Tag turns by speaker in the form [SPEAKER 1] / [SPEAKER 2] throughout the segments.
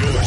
[SPEAKER 1] You're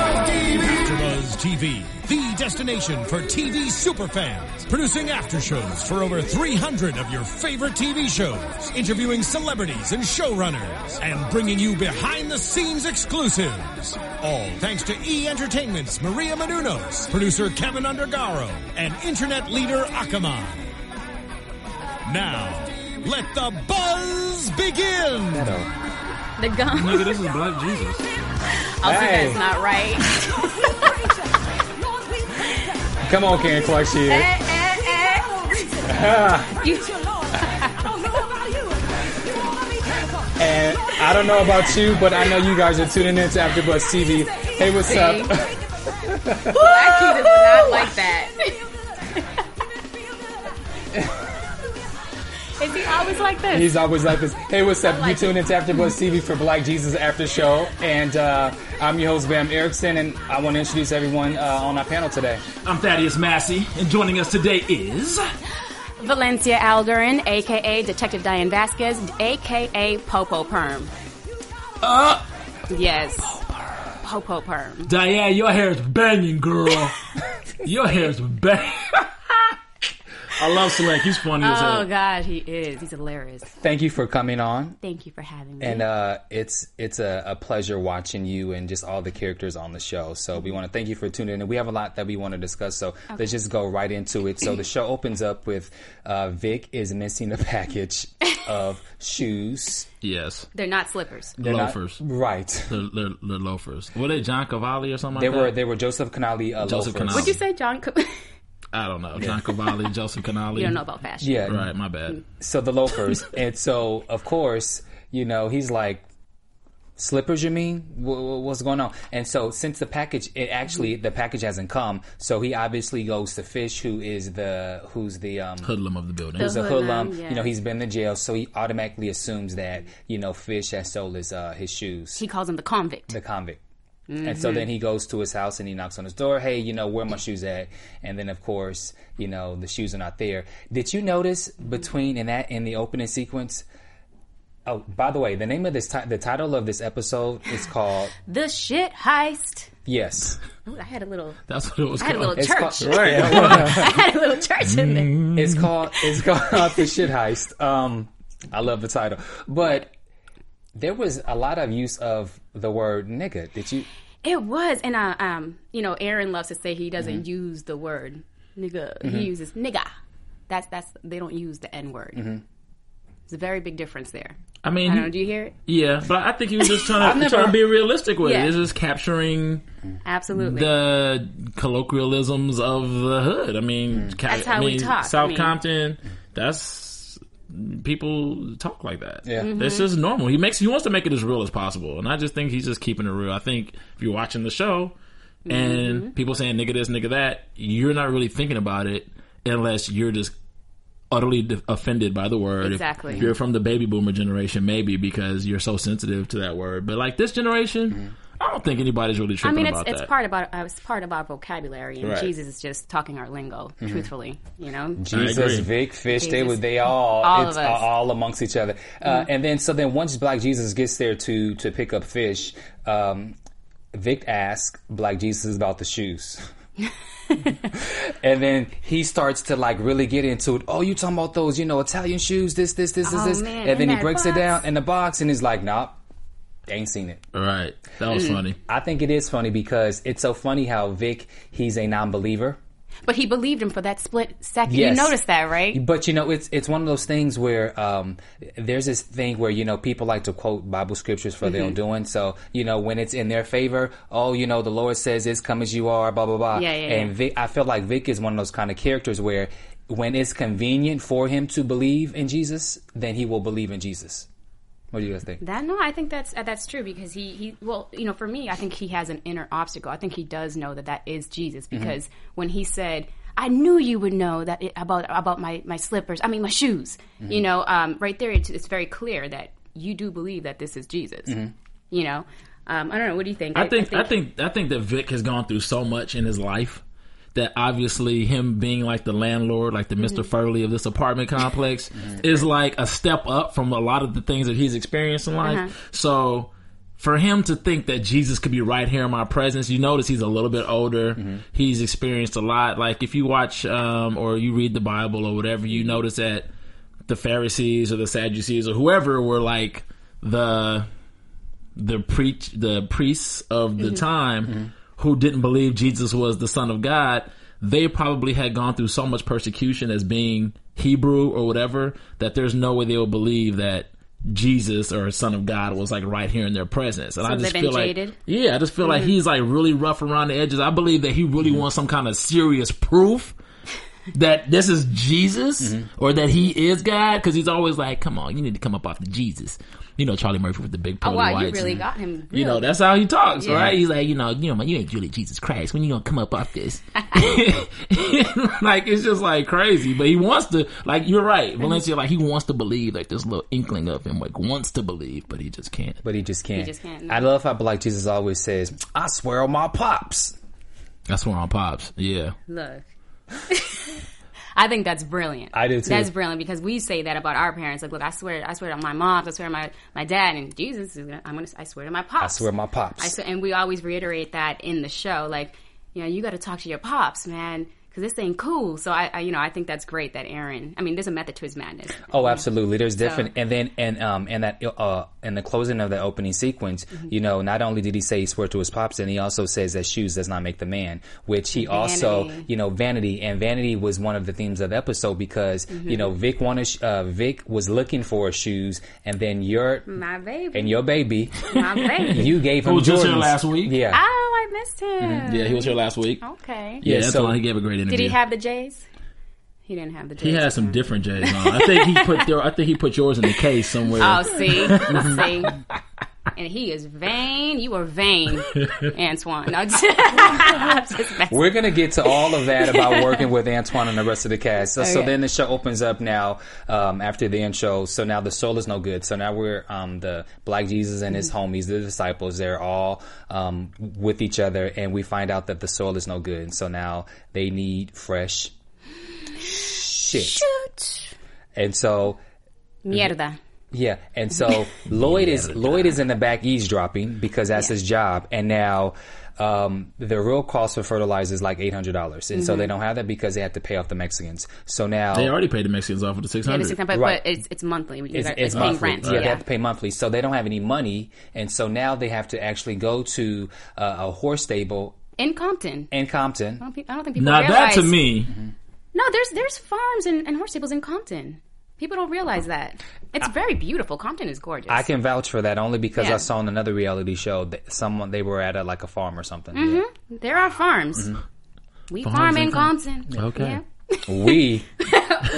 [SPEAKER 1] AfterBuzz TV, the destination for TV superfans, producing aftershows for over 300 of your favorite TV shows, interviewing celebrities and showrunners, and bringing you behind-the-scenes exclusives. All thanks to E Entertainment's Maria Menounos, producer Kevin Undergaro, and internet leader Akamai. Now, let the buzz begin.
[SPEAKER 2] The gum.
[SPEAKER 3] Nigga, this is Black Jesus.
[SPEAKER 2] Also,
[SPEAKER 4] Hey.
[SPEAKER 2] that's not right.
[SPEAKER 4] Come on, Karen Clark, she
[SPEAKER 2] Eh,
[SPEAKER 4] is.
[SPEAKER 2] eh, eh.
[SPEAKER 4] And I don't know about you, but I know you guys are tuning in to AfterBuzz TV. Hey, what's up?
[SPEAKER 2] Black Jesus would not like that. Is he always like this?
[SPEAKER 4] He's always like this. Hey, what's up? You
[SPEAKER 2] like
[SPEAKER 4] tune into AfterBuzz TV for Black Jesus After Show, and uh, I'm your host Bam Erickson, and I want to introduce everyone uh, on our panel today.
[SPEAKER 3] I'm Thaddeus Massey, and joining us today is
[SPEAKER 2] Valencia Algarin, aka Detective Diane Vasquez, aka Popo Perm. Uh. Yes. Popo Perm.
[SPEAKER 3] Diane. Your hair is banging, girl. your hair is bang. I love Select. He's funny as
[SPEAKER 2] Oh
[SPEAKER 3] hell.
[SPEAKER 2] God, he is. He's hilarious.
[SPEAKER 4] Thank you for coming on,
[SPEAKER 2] Thank you for having me.
[SPEAKER 4] and uh, it's it's a, a pleasure watching you and just all the characters on the show. So we want to thank you for tuning in. We have a lot that we want to discuss, so let's just go right into it. So the show opens up with uh, Vic is missing a package of shoes.
[SPEAKER 3] Yes,
[SPEAKER 2] They're not slippers.
[SPEAKER 4] They're not-
[SPEAKER 3] loafers.
[SPEAKER 4] right?
[SPEAKER 3] They're, they're, they're loafers. Were they John Cavalli or something?
[SPEAKER 4] They
[SPEAKER 3] like
[SPEAKER 4] were
[SPEAKER 3] That?
[SPEAKER 4] they were Joseph Canali uh,
[SPEAKER 3] Joseph
[SPEAKER 4] loafers.
[SPEAKER 3] Canali.
[SPEAKER 2] Did you say John? Co- you
[SPEAKER 3] I don't know. John Cavalli, Joseph Canali.
[SPEAKER 2] don't know about fashion.
[SPEAKER 4] Yeah,
[SPEAKER 3] Right. My bad.
[SPEAKER 4] so the loafers and so of course you know he's like slippers you mean Wha- wha- what's going on and so since the package it actually the package hasn't come so he obviously goes to fish who is the who's the um
[SPEAKER 3] Hoodlum of the building.
[SPEAKER 4] Who's a
[SPEAKER 2] hoodlum,
[SPEAKER 4] hoodlum?
[SPEAKER 2] yeah.
[SPEAKER 4] You know he's been to jail, so he automatically assumes that you know Fish has sold his uh, his shoes
[SPEAKER 2] He calls him the convict.
[SPEAKER 4] the convict. And so then he goes to his house and he knocks on his door. Hey, you know, where are my shoes at? And then of course, you know, the shoes are not there. Did you notice between in that in the opening sequence? Oh, by the way, the name of this ti- the title of this episode is called
[SPEAKER 2] The shit heist.
[SPEAKER 4] Yes.
[SPEAKER 2] Ooh, I had a little.
[SPEAKER 3] That's what it was
[SPEAKER 2] I had a
[SPEAKER 3] called.
[SPEAKER 2] little church.
[SPEAKER 4] Called, right. Mm.
[SPEAKER 2] I had a little church in there.
[SPEAKER 4] it's called it's called the shit heist. Um, I love the title, but there was a lot of use of the word nigga. Did you?
[SPEAKER 2] It was, and uh, um, you know, Aaron loves to say he doesn't
[SPEAKER 4] Mm-hmm.
[SPEAKER 2] use the word nigga. He uses nigga. That's that's they don't use the n word.
[SPEAKER 4] Mm-hmm.
[SPEAKER 2] There's a very big difference there.
[SPEAKER 3] I mean,
[SPEAKER 2] I
[SPEAKER 3] he-
[SPEAKER 2] don't know. Do you hear it?
[SPEAKER 3] yeah, but I think he was just trying to
[SPEAKER 4] never-
[SPEAKER 3] trying to be realistic with
[SPEAKER 2] Yeah.
[SPEAKER 3] it. It's just capturing
[SPEAKER 2] Absolutely.
[SPEAKER 3] the colloquialisms of the hood. I mean, ca-
[SPEAKER 2] That's
[SPEAKER 3] I
[SPEAKER 2] how we
[SPEAKER 3] mean,
[SPEAKER 2] talk.
[SPEAKER 3] South
[SPEAKER 2] I mean-
[SPEAKER 3] Compton. That's people talk like that. Yeah,
[SPEAKER 2] Mm-hmm.
[SPEAKER 3] this is normal. He makes he wants to make it as real as possible, and I just think he's just keeping it real. I think if you're watching the show
[SPEAKER 2] Mm-hmm.
[SPEAKER 3] and people saying nigga this, nigga that, you're not really thinking about it unless you're just utterly d- offended by the word. If-
[SPEAKER 2] Exactly.
[SPEAKER 3] If, you're from the baby boomer generation, maybe because you're so sensitive to that word, but like this generation. I don't think anybody's really
[SPEAKER 2] I
[SPEAKER 3] tripping
[SPEAKER 2] mean, it's
[SPEAKER 3] about
[SPEAKER 2] it's
[SPEAKER 3] that.
[SPEAKER 2] part about uh, it's part of our vocabulary, and
[SPEAKER 3] Right.
[SPEAKER 2] Jesus is just talking our lingo,
[SPEAKER 4] Mm-hmm.
[SPEAKER 2] truthfully. You know,
[SPEAKER 4] Jesus,
[SPEAKER 3] agree.
[SPEAKER 4] Vic, Fish, they
[SPEAKER 2] Jesus.
[SPEAKER 4] were they all
[SPEAKER 2] All
[SPEAKER 4] it's
[SPEAKER 2] of us. Mm-hmm.
[SPEAKER 4] all amongst each other. Uh, and then so then once Black Jesus gets there to to pick up Fish, Um, Vic asked Black Jesus about the shoes. Mm-hmm. and then he starts to like really get into it. Oh, you talking about those, you know, Italian shoes, this, this, this, this,
[SPEAKER 2] Oh,
[SPEAKER 4] this.
[SPEAKER 2] man,
[SPEAKER 4] and then
[SPEAKER 2] in
[SPEAKER 4] he
[SPEAKER 2] that
[SPEAKER 4] breaks it
[SPEAKER 2] box.
[SPEAKER 4] down in the box and he's like, nah, ain't seen it.
[SPEAKER 3] Right. That was funny.
[SPEAKER 4] I think it is funny because it's so funny how Vic, he's a non believer.
[SPEAKER 2] But he believed him for that split second.
[SPEAKER 4] Yes.
[SPEAKER 2] You noticed that, right?
[SPEAKER 4] But you know, it's it's one of those things where um, there's this thing where you know people like to quote Bible scriptures for
[SPEAKER 2] Mm-hmm.
[SPEAKER 4] their own doing. So you know, when it's in their favor, oh, you know, the Lord says, "It's come as you are," blah blah blah.
[SPEAKER 2] Yeah, yeah,
[SPEAKER 4] And
[SPEAKER 2] yeah.
[SPEAKER 4] Vic, I feel like Vic is one of those kind of characters where when it's convenient for him to believe in Jesus, then he will believe in Jesus. What do you guys think?
[SPEAKER 2] That no, I think that's uh, that's true because he he well you know for me I think he has an inner obstacle. I think he does know that that is Jesus
[SPEAKER 3] Mm-hmm.
[SPEAKER 2] because when he said. I knew you would know that it, about about my, my slippers. I mean, my shoes.
[SPEAKER 3] Mm-hmm.
[SPEAKER 2] You know, um, right there, it's, it's very clear that you do believe that this is Jesus. You know, um, I don't know. What do you think?
[SPEAKER 3] Mm-hmm. I think I think I think that Vic has gone through so much in his life that obviously him being like the landlord, like the Mr. Furley of this apartment complex, is like a step up from a lot of the things that he's experienced in life. So for him to think that Jesus could be right here in my presence, you notice he's a little bit older. He's experienced a lot. Like if you watch um, or you read the Bible or whatever, you notice that the Pharisees or the Sadducees or whoever were like the the preach the priests of
[SPEAKER 2] Mm-hmm.
[SPEAKER 3] the time who didn't believe Jesus was the Son of God, they probably had gone through so much persecution as being Hebrew or whatever that there's no way they would believe that Jesus or Son of God was like right here in their presence. And I
[SPEAKER 2] they've
[SPEAKER 3] just
[SPEAKER 2] been
[SPEAKER 3] feel like
[SPEAKER 2] jaded? Mm-hmm.
[SPEAKER 3] yeah, I just feel like he's like really rough around the edges. I believe that he really wants some kind of serious proof that this is Jesus or that he is God because he's always like, come on, you need to come up off the Jesus. You know, Charlie Murphy with the big pearly
[SPEAKER 2] Oh wow, you
[SPEAKER 3] whites.
[SPEAKER 2] really
[SPEAKER 3] and-
[SPEAKER 2] got him.
[SPEAKER 3] you know,
[SPEAKER 2] reeled.
[SPEAKER 3] that's how he talks,
[SPEAKER 2] Yeah.
[SPEAKER 3] right? He's like, you know, you know, man, you ain't really Jesus Christ. When you gonna come up off this? like it's just like crazy. But he wants to, like, you're right, Valencia. Like he wants to believe, like this little inkling of him, like wants to believe, but he just can't.
[SPEAKER 4] But he just can't.
[SPEAKER 2] just can't, no.
[SPEAKER 4] I love how Black Jesus always says, "I swear on my pops."
[SPEAKER 3] That's where on pops. Yeah,
[SPEAKER 2] Look. I think that's brilliant.
[SPEAKER 4] I do, too.
[SPEAKER 2] That's brilliant because we say that about our parents. Like, look, I swear, I swear to my mom, I swear to my, my dad, and Jesus is gonna. I'm gonna. I swear to my pops.
[SPEAKER 4] I swear on my pops.
[SPEAKER 2] I swear, and we always reiterate that in the show. Like, you know, you got to talk to your pops, man, because this ain't cool. So I, I, you know, I think that's great that Aaron. I mean, there's a method to his madness.
[SPEAKER 4] Oh, absolutely. There's different, and then and um and that uh in the closing of the opening sequence, you know, not only did he say he swear to his pops, and he also says that shoes does not make the man, which he also
[SPEAKER 2] Vanity.
[SPEAKER 4] you know vanity and vanity was one of the themes of the episode because you know Vic wanted sh- uh, Vic was looking for his shoes, and then your
[SPEAKER 2] My baby.
[SPEAKER 4] and your baby,
[SPEAKER 2] my baby.
[SPEAKER 4] you gave him
[SPEAKER 3] was just here
[SPEAKER 4] Jordans.
[SPEAKER 3] last week.
[SPEAKER 4] Yeah,
[SPEAKER 2] Oh, I missed him.
[SPEAKER 4] Mm-hmm.
[SPEAKER 3] yeah, he was here last week.
[SPEAKER 2] Okay.
[SPEAKER 3] Yeah, that's
[SPEAKER 4] so-
[SPEAKER 3] why he gave a great interview.
[SPEAKER 2] Oh. Did he have the J's? He didn't have the J's.
[SPEAKER 3] He had some different J's on. I think he put their, I think he put yours in the case somewhere.
[SPEAKER 2] Oh, see, see. And he is vain. You are vain, Antoine. No, I'm just- I'm just messing.
[SPEAKER 4] We're gonna get to all of that about working with Antoine and the rest of the cast. So, so
[SPEAKER 2] Okay.
[SPEAKER 4] then the show opens up now um, after the intro. So now the soul is no good. So now we're um, the Black Jesus and his homies, the disciples. They're all um, with each other, and we find out that the soul is no good. And so now they need fresh shit.
[SPEAKER 2] Shoot.
[SPEAKER 4] And so
[SPEAKER 2] Mierda.
[SPEAKER 4] yeah, and so Lloyd is Lloyd is in the back eavesdropping because that's his job, and now um, the real cost for fertilizer is like eight hundred dollars, and so
[SPEAKER 2] Mm-hmm.
[SPEAKER 4] they don't have that because they have to pay off the Mexicans. So now
[SPEAKER 3] they already paid the Mexicans off with the six
[SPEAKER 2] Oh. Yeah,
[SPEAKER 3] hundred.
[SPEAKER 2] this is- But,
[SPEAKER 4] Right.
[SPEAKER 2] but it's, it's monthly. You
[SPEAKER 4] it's,
[SPEAKER 2] got-
[SPEAKER 4] it's
[SPEAKER 2] paying
[SPEAKER 4] monthly.
[SPEAKER 2] rent.
[SPEAKER 4] Yeah, they have to pay monthly, so they don't have any money, and so now they have to actually go to uh, a horse stable
[SPEAKER 2] In Compton. I
[SPEAKER 4] in Compton.
[SPEAKER 2] don't, pe- I don't think people
[SPEAKER 3] now
[SPEAKER 2] realize.
[SPEAKER 3] that to me,
[SPEAKER 2] No, there's there's farms and, and horse stables in Compton. People don't realize that. It's very beautiful. Compton is gorgeous.
[SPEAKER 4] I can vouch for that only because I
[SPEAKER 2] Yeah.
[SPEAKER 4] saw in another reality show that someone they were at a, like a farm or something. Yeah.
[SPEAKER 2] there are farms. We
[SPEAKER 3] Mm-hmm. Farms
[SPEAKER 2] farm
[SPEAKER 3] in
[SPEAKER 2] in Compton.
[SPEAKER 3] Okay.
[SPEAKER 2] Yeah.
[SPEAKER 4] We,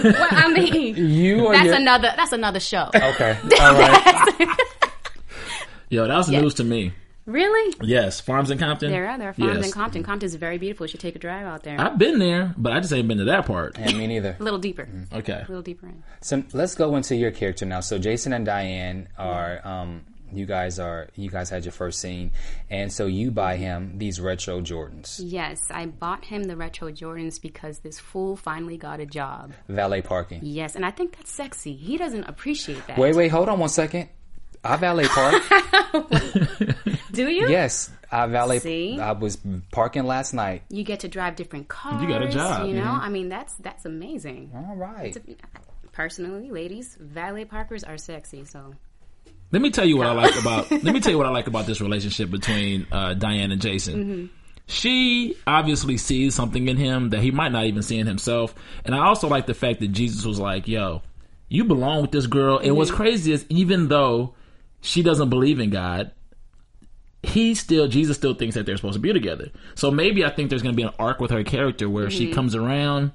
[SPEAKER 2] Well, I mean,
[SPEAKER 4] you are
[SPEAKER 2] that's
[SPEAKER 4] your-
[SPEAKER 2] another that's another show.
[SPEAKER 3] Oh.
[SPEAKER 4] okay. All right.
[SPEAKER 3] yo, that was news to me.
[SPEAKER 2] Really?
[SPEAKER 3] Yes, farms in Compton.
[SPEAKER 2] There are there are farms
[SPEAKER 3] Yes.
[SPEAKER 2] in Compton. Compton is very beautiful. You should take a drive out there.
[SPEAKER 3] I've been there, but I just ain't been to that part.
[SPEAKER 4] Yeah, me neither.
[SPEAKER 2] a little deeper.
[SPEAKER 4] Mm-hmm.
[SPEAKER 3] Okay.
[SPEAKER 2] A little deeper in.
[SPEAKER 4] So let's go into your character now. So Jason and Diane are um, you guys are you guys had your first scene, and so you buy him these retro Jordans,
[SPEAKER 2] Yes, I bought him the retro Jordans because this fool finally got a job.
[SPEAKER 4] valet parking.
[SPEAKER 2] Yes, and I think that's sexy. He doesn't appreciate that.
[SPEAKER 4] Wait, wait, hold on one second. I valet park.
[SPEAKER 2] Do you?
[SPEAKER 4] yes, I valet.
[SPEAKER 2] See?
[SPEAKER 4] I was parking last night.
[SPEAKER 2] You get to drive different cars.
[SPEAKER 3] You got a job,
[SPEAKER 2] You know,
[SPEAKER 3] mhm.
[SPEAKER 2] I mean, that's that's amazing.
[SPEAKER 4] All right.
[SPEAKER 2] Personally, ladies, valet parkers are sexy. So
[SPEAKER 3] Let me tell you what I like about. let me tell you what I like about this relationship between uh, Diane and Jason. She obviously sees something in him that he might not even see in himself, and I also like the fact that Jesus was like, "Yo, you belong with this girl." And what's crazy is, even though she doesn't believe in God, he still Jesus still thinks that they're supposed to be together. So maybe I think there's going to be an arc with her character where she comes around.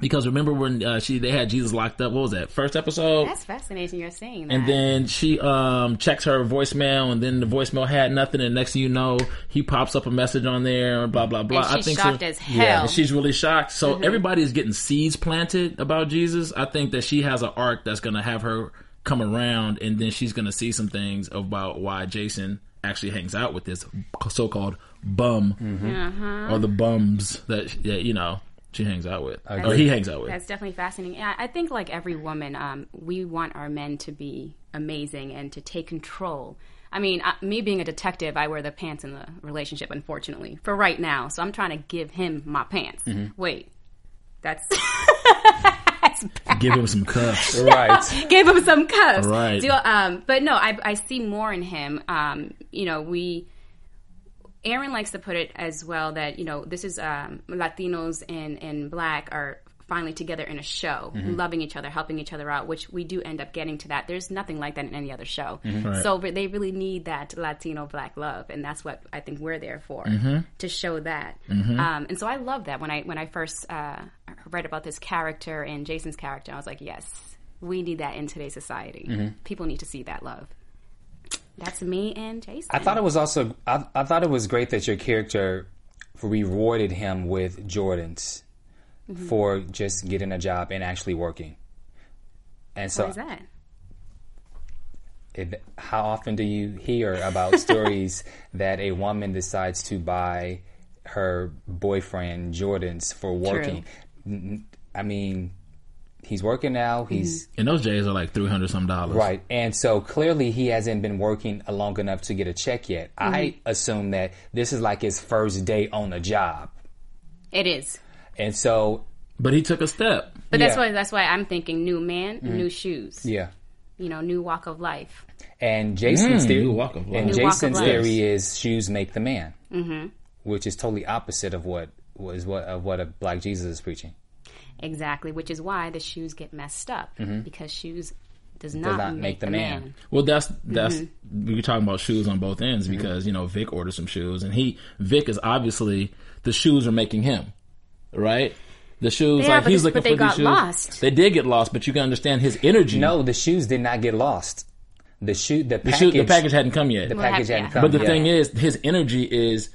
[SPEAKER 3] Because remember when uh, she they had Jesus locked up? What was that first episode?
[SPEAKER 2] that's fascinating. You're saying that.
[SPEAKER 3] And then she um, checks her voicemail, and then the voicemail had nothing. And next thing you know, he pops up a message on there, blah blah blah.
[SPEAKER 2] And she's shocked as
[SPEAKER 3] Yeah,
[SPEAKER 2] hell. Mm-hmm.
[SPEAKER 3] and she's really shocked. So everybody is getting seeds planted about Jesus. I think that she has an arc that's going to have her come around, and then she's going to see some things about why Jason actually hangs out with this so-called bum
[SPEAKER 4] Mm-hmm.
[SPEAKER 2] Uh-huh.
[SPEAKER 3] or the bums that, that you know she hangs out with, or he hangs out with.
[SPEAKER 2] That's definitely fascinating. Yeah, I think like every woman, um, we want our men to be amazing and to take control. I mean, I, me being a detective, I wear the pants in the relationship, unfortunately, for right now. So I'm trying to give him my pants. Wait, that's
[SPEAKER 3] Give him some cuffs.
[SPEAKER 4] Right.
[SPEAKER 2] gave him some cuffs.
[SPEAKER 3] Right.
[SPEAKER 2] Do- um, but no, I, I see more in him. Um, you know, we. Aaron likes to put it as well that you know this is um, Latinos and and black are finally together in a show, loving each other, helping each other out, which we do end up getting to that. There's nothing like that in any other show. So re- they really need that Latino black love, and that's what I think we're there for to show that. Um, and so I love that when I when I first uh, read about this character and Jason's character, I was like, yes, we need that in today's society. People need to see that love. That's me and Jason.
[SPEAKER 4] I thought it was also I, I thought it was great that your character rewarded him with Jordans
[SPEAKER 2] Mm-hmm.
[SPEAKER 4] for just getting a job and actually working. And so,
[SPEAKER 2] What is that?
[SPEAKER 4] It, how often do you hear about stories that a woman decides to buy her boyfriend Jordans for working? N- I mean, he's working now. He's
[SPEAKER 3] And those J's are like three hundred some dollars.
[SPEAKER 4] Right. And so clearly he hasn't been working long enough to get a check yet. I assume that this is like his first day on a job.
[SPEAKER 2] It is.
[SPEAKER 4] And so,
[SPEAKER 3] But he took a step.
[SPEAKER 2] But that's
[SPEAKER 4] Yeah.
[SPEAKER 2] why that's why I'm thinking new man, new shoes,
[SPEAKER 4] yeah.
[SPEAKER 2] you know, new walk of life.
[SPEAKER 4] And Jason's theory,
[SPEAKER 3] new Mm, walk of life.
[SPEAKER 4] and
[SPEAKER 3] New
[SPEAKER 2] walk of
[SPEAKER 4] Jason's
[SPEAKER 2] life.
[SPEAKER 4] theory is shoes make the man, mm-hmm. which is totally opposite of what was what of what a black Jesus is preaching.
[SPEAKER 2] Exactly, which is why the shoes get messed up because shoes does not,
[SPEAKER 4] not
[SPEAKER 2] make, the man.
[SPEAKER 3] Well, that's that's we were talking about shoes on both ends because you know Vic ordered some shoes and he Vic is obviously the shoes are making him right. The shoes
[SPEAKER 2] Yeah,
[SPEAKER 3] like
[SPEAKER 2] but
[SPEAKER 3] he's
[SPEAKER 2] they-
[SPEAKER 3] looking
[SPEAKER 2] but they
[SPEAKER 3] for these
[SPEAKER 2] got
[SPEAKER 3] shoes.
[SPEAKER 2] lost.
[SPEAKER 3] They did get lost, but you can understand his energy.
[SPEAKER 4] No, the shoes did not get lost. The shoe, the
[SPEAKER 3] the,
[SPEAKER 4] package,
[SPEAKER 3] shoe, the package hadn't come yet.
[SPEAKER 4] the package
[SPEAKER 2] yeah.
[SPEAKER 4] hadn't come.
[SPEAKER 3] but the
[SPEAKER 4] yet.
[SPEAKER 3] thing is, his energy is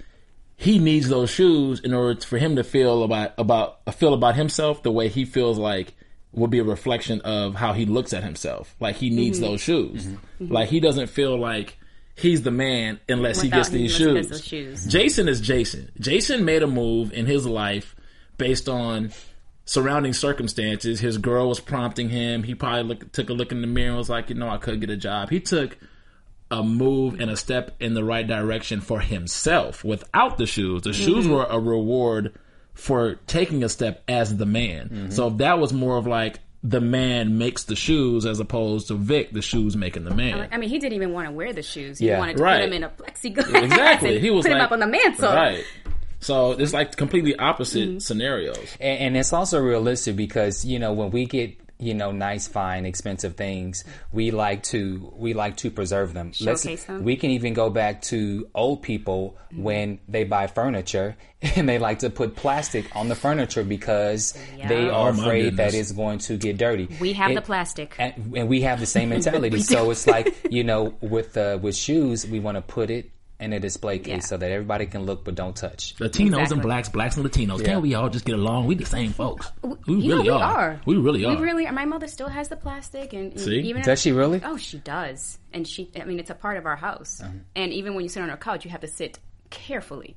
[SPEAKER 3] he needs those shoes in order for him to feel about about feel about himself the way he feels like will be a reflection of how he looks at himself. Like he needs
[SPEAKER 2] Mm-hmm.
[SPEAKER 3] those shoes. Like he doesn't feel like he's the man unless he
[SPEAKER 2] Without-
[SPEAKER 3] gets
[SPEAKER 2] unless
[SPEAKER 3] these
[SPEAKER 2] he
[SPEAKER 3] shoes.
[SPEAKER 2] gets those shoes.
[SPEAKER 3] Jason is Jason. Jason made a move in his life based on surrounding circumstances. His girl was prompting him. He probably look, took a look in the mirror and was like, you know, I could get a job. He took a move and a step in the right direction for himself without the shoes. The
[SPEAKER 2] Mm-hmm.
[SPEAKER 3] shoes were a reward for taking a step as the man.
[SPEAKER 2] Mm-hmm.
[SPEAKER 3] So that was more of like the man makes the shoes as opposed to Vic, the shoes making the man.
[SPEAKER 2] I mean, he didn't even want to wear the shoes. He
[SPEAKER 4] Yeah.
[SPEAKER 2] wanted to
[SPEAKER 3] Right.
[SPEAKER 2] put him in a plexiglass.
[SPEAKER 3] exactly.
[SPEAKER 2] and
[SPEAKER 3] He was
[SPEAKER 2] put
[SPEAKER 3] like,
[SPEAKER 2] him up on the mantle.
[SPEAKER 3] Right. So it's like completely opposite
[SPEAKER 2] Mm-hmm.
[SPEAKER 3] scenarios.
[SPEAKER 4] and, and it's also realistic because you know when we get you know nice fine expensive things we like to we like to preserve them
[SPEAKER 2] Showcase them. Mm-hmm.
[SPEAKER 4] we can even go back to old people when they buy furniture and they like to put plastic on the furniture because they
[SPEAKER 2] Yeah.
[SPEAKER 4] are
[SPEAKER 3] Oh, my
[SPEAKER 4] afraid that it's
[SPEAKER 3] goodness.
[SPEAKER 4] going to get dirty
[SPEAKER 2] We have
[SPEAKER 4] It-
[SPEAKER 2] the plastic.
[SPEAKER 4] and, and we have the same mentality so it's like you know with uh, with shoes we want to put it in a display case
[SPEAKER 2] Yeah.
[SPEAKER 4] so that everybody can look but don't touch
[SPEAKER 3] Latinos
[SPEAKER 2] Exactly.
[SPEAKER 3] and blacks, blacks and Latinos. Can't we all just get along? We the same folks. We
[SPEAKER 2] You know,
[SPEAKER 3] really
[SPEAKER 2] we
[SPEAKER 3] are.
[SPEAKER 2] are.
[SPEAKER 3] We really are.
[SPEAKER 2] We really. My mother still has the plastic, and and
[SPEAKER 3] See?
[SPEAKER 2] even
[SPEAKER 4] does she really Uh-huh.
[SPEAKER 2] Oh, she does, and she. I mean, it's a part of our house, and even when you sit on her couch, you have to sit carefully.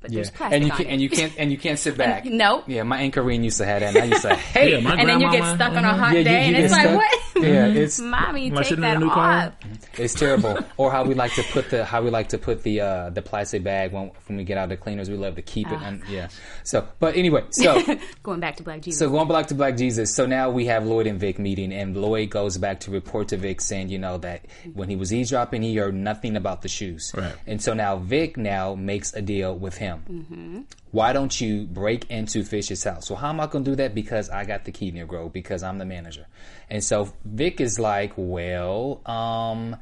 [SPEAKER 2] but there's plastic
[SPEAKER 4] and you
[SPEAKER 2] on
[SPEAKER 4] can
[SPEAKER 2] it.
[SPEAKER 4] and you can't and you can't sit back.
[SPEAKER 2] no.
[SPEAKER 4] Yeah, my anchorine used to have that. And I used to hate.
[SPEAKER 3] Yeah, my
[SPEAKER 2] and then you get
[SPEAKER 3] grandmama- mm-hmm.
[SPEAKER 2] stuck on a hot
[SPEAKER 4] Yeah, you-
[SPEAKER 2] day,
[SPEAKER 4] you
[SPEAKER 2] and
[SPEAKER 4] get
[SPEAKER 2] it's
[SPEAKER 4] stuck.
[SPEAKER 2] like, what?
[SPEAKER 4] Yeah, it's
[SPEAKER 2] Mommy,
[SPEAKER 3] Am I
[SPEAKER 2] take
[SPEAKER 3] sitting in
[SPEAKER 2] that
[SPEAKER 3] a new car?
[SPEAKER 2] off.
[SPEAKER 4] it's terrible. Or how we like to put the how we like to put the uh, the plastic bag when when we get out of the cleaners. We love to keep it. And, yeah. So, but anyway, so
[SPEAKER 2] Going back to Black Jesus.
[SPEAKER 4] So going back to Black Jesus, so now we have Lloyd and Vic meeting, and Lloyd goes back to report to Vic saying, you know, that when he was eavesdropping, he heard nothing about the shoes.
[SPEAKER 3] Right.
[SPEAKER 4] And so now Vic now makes a deal with him. Mm-hmm. Why don't you break into Fish's house? Well, how am I going to do that? Because I got the key, Negro, because I'm the manager. And so Vic is like, well, um,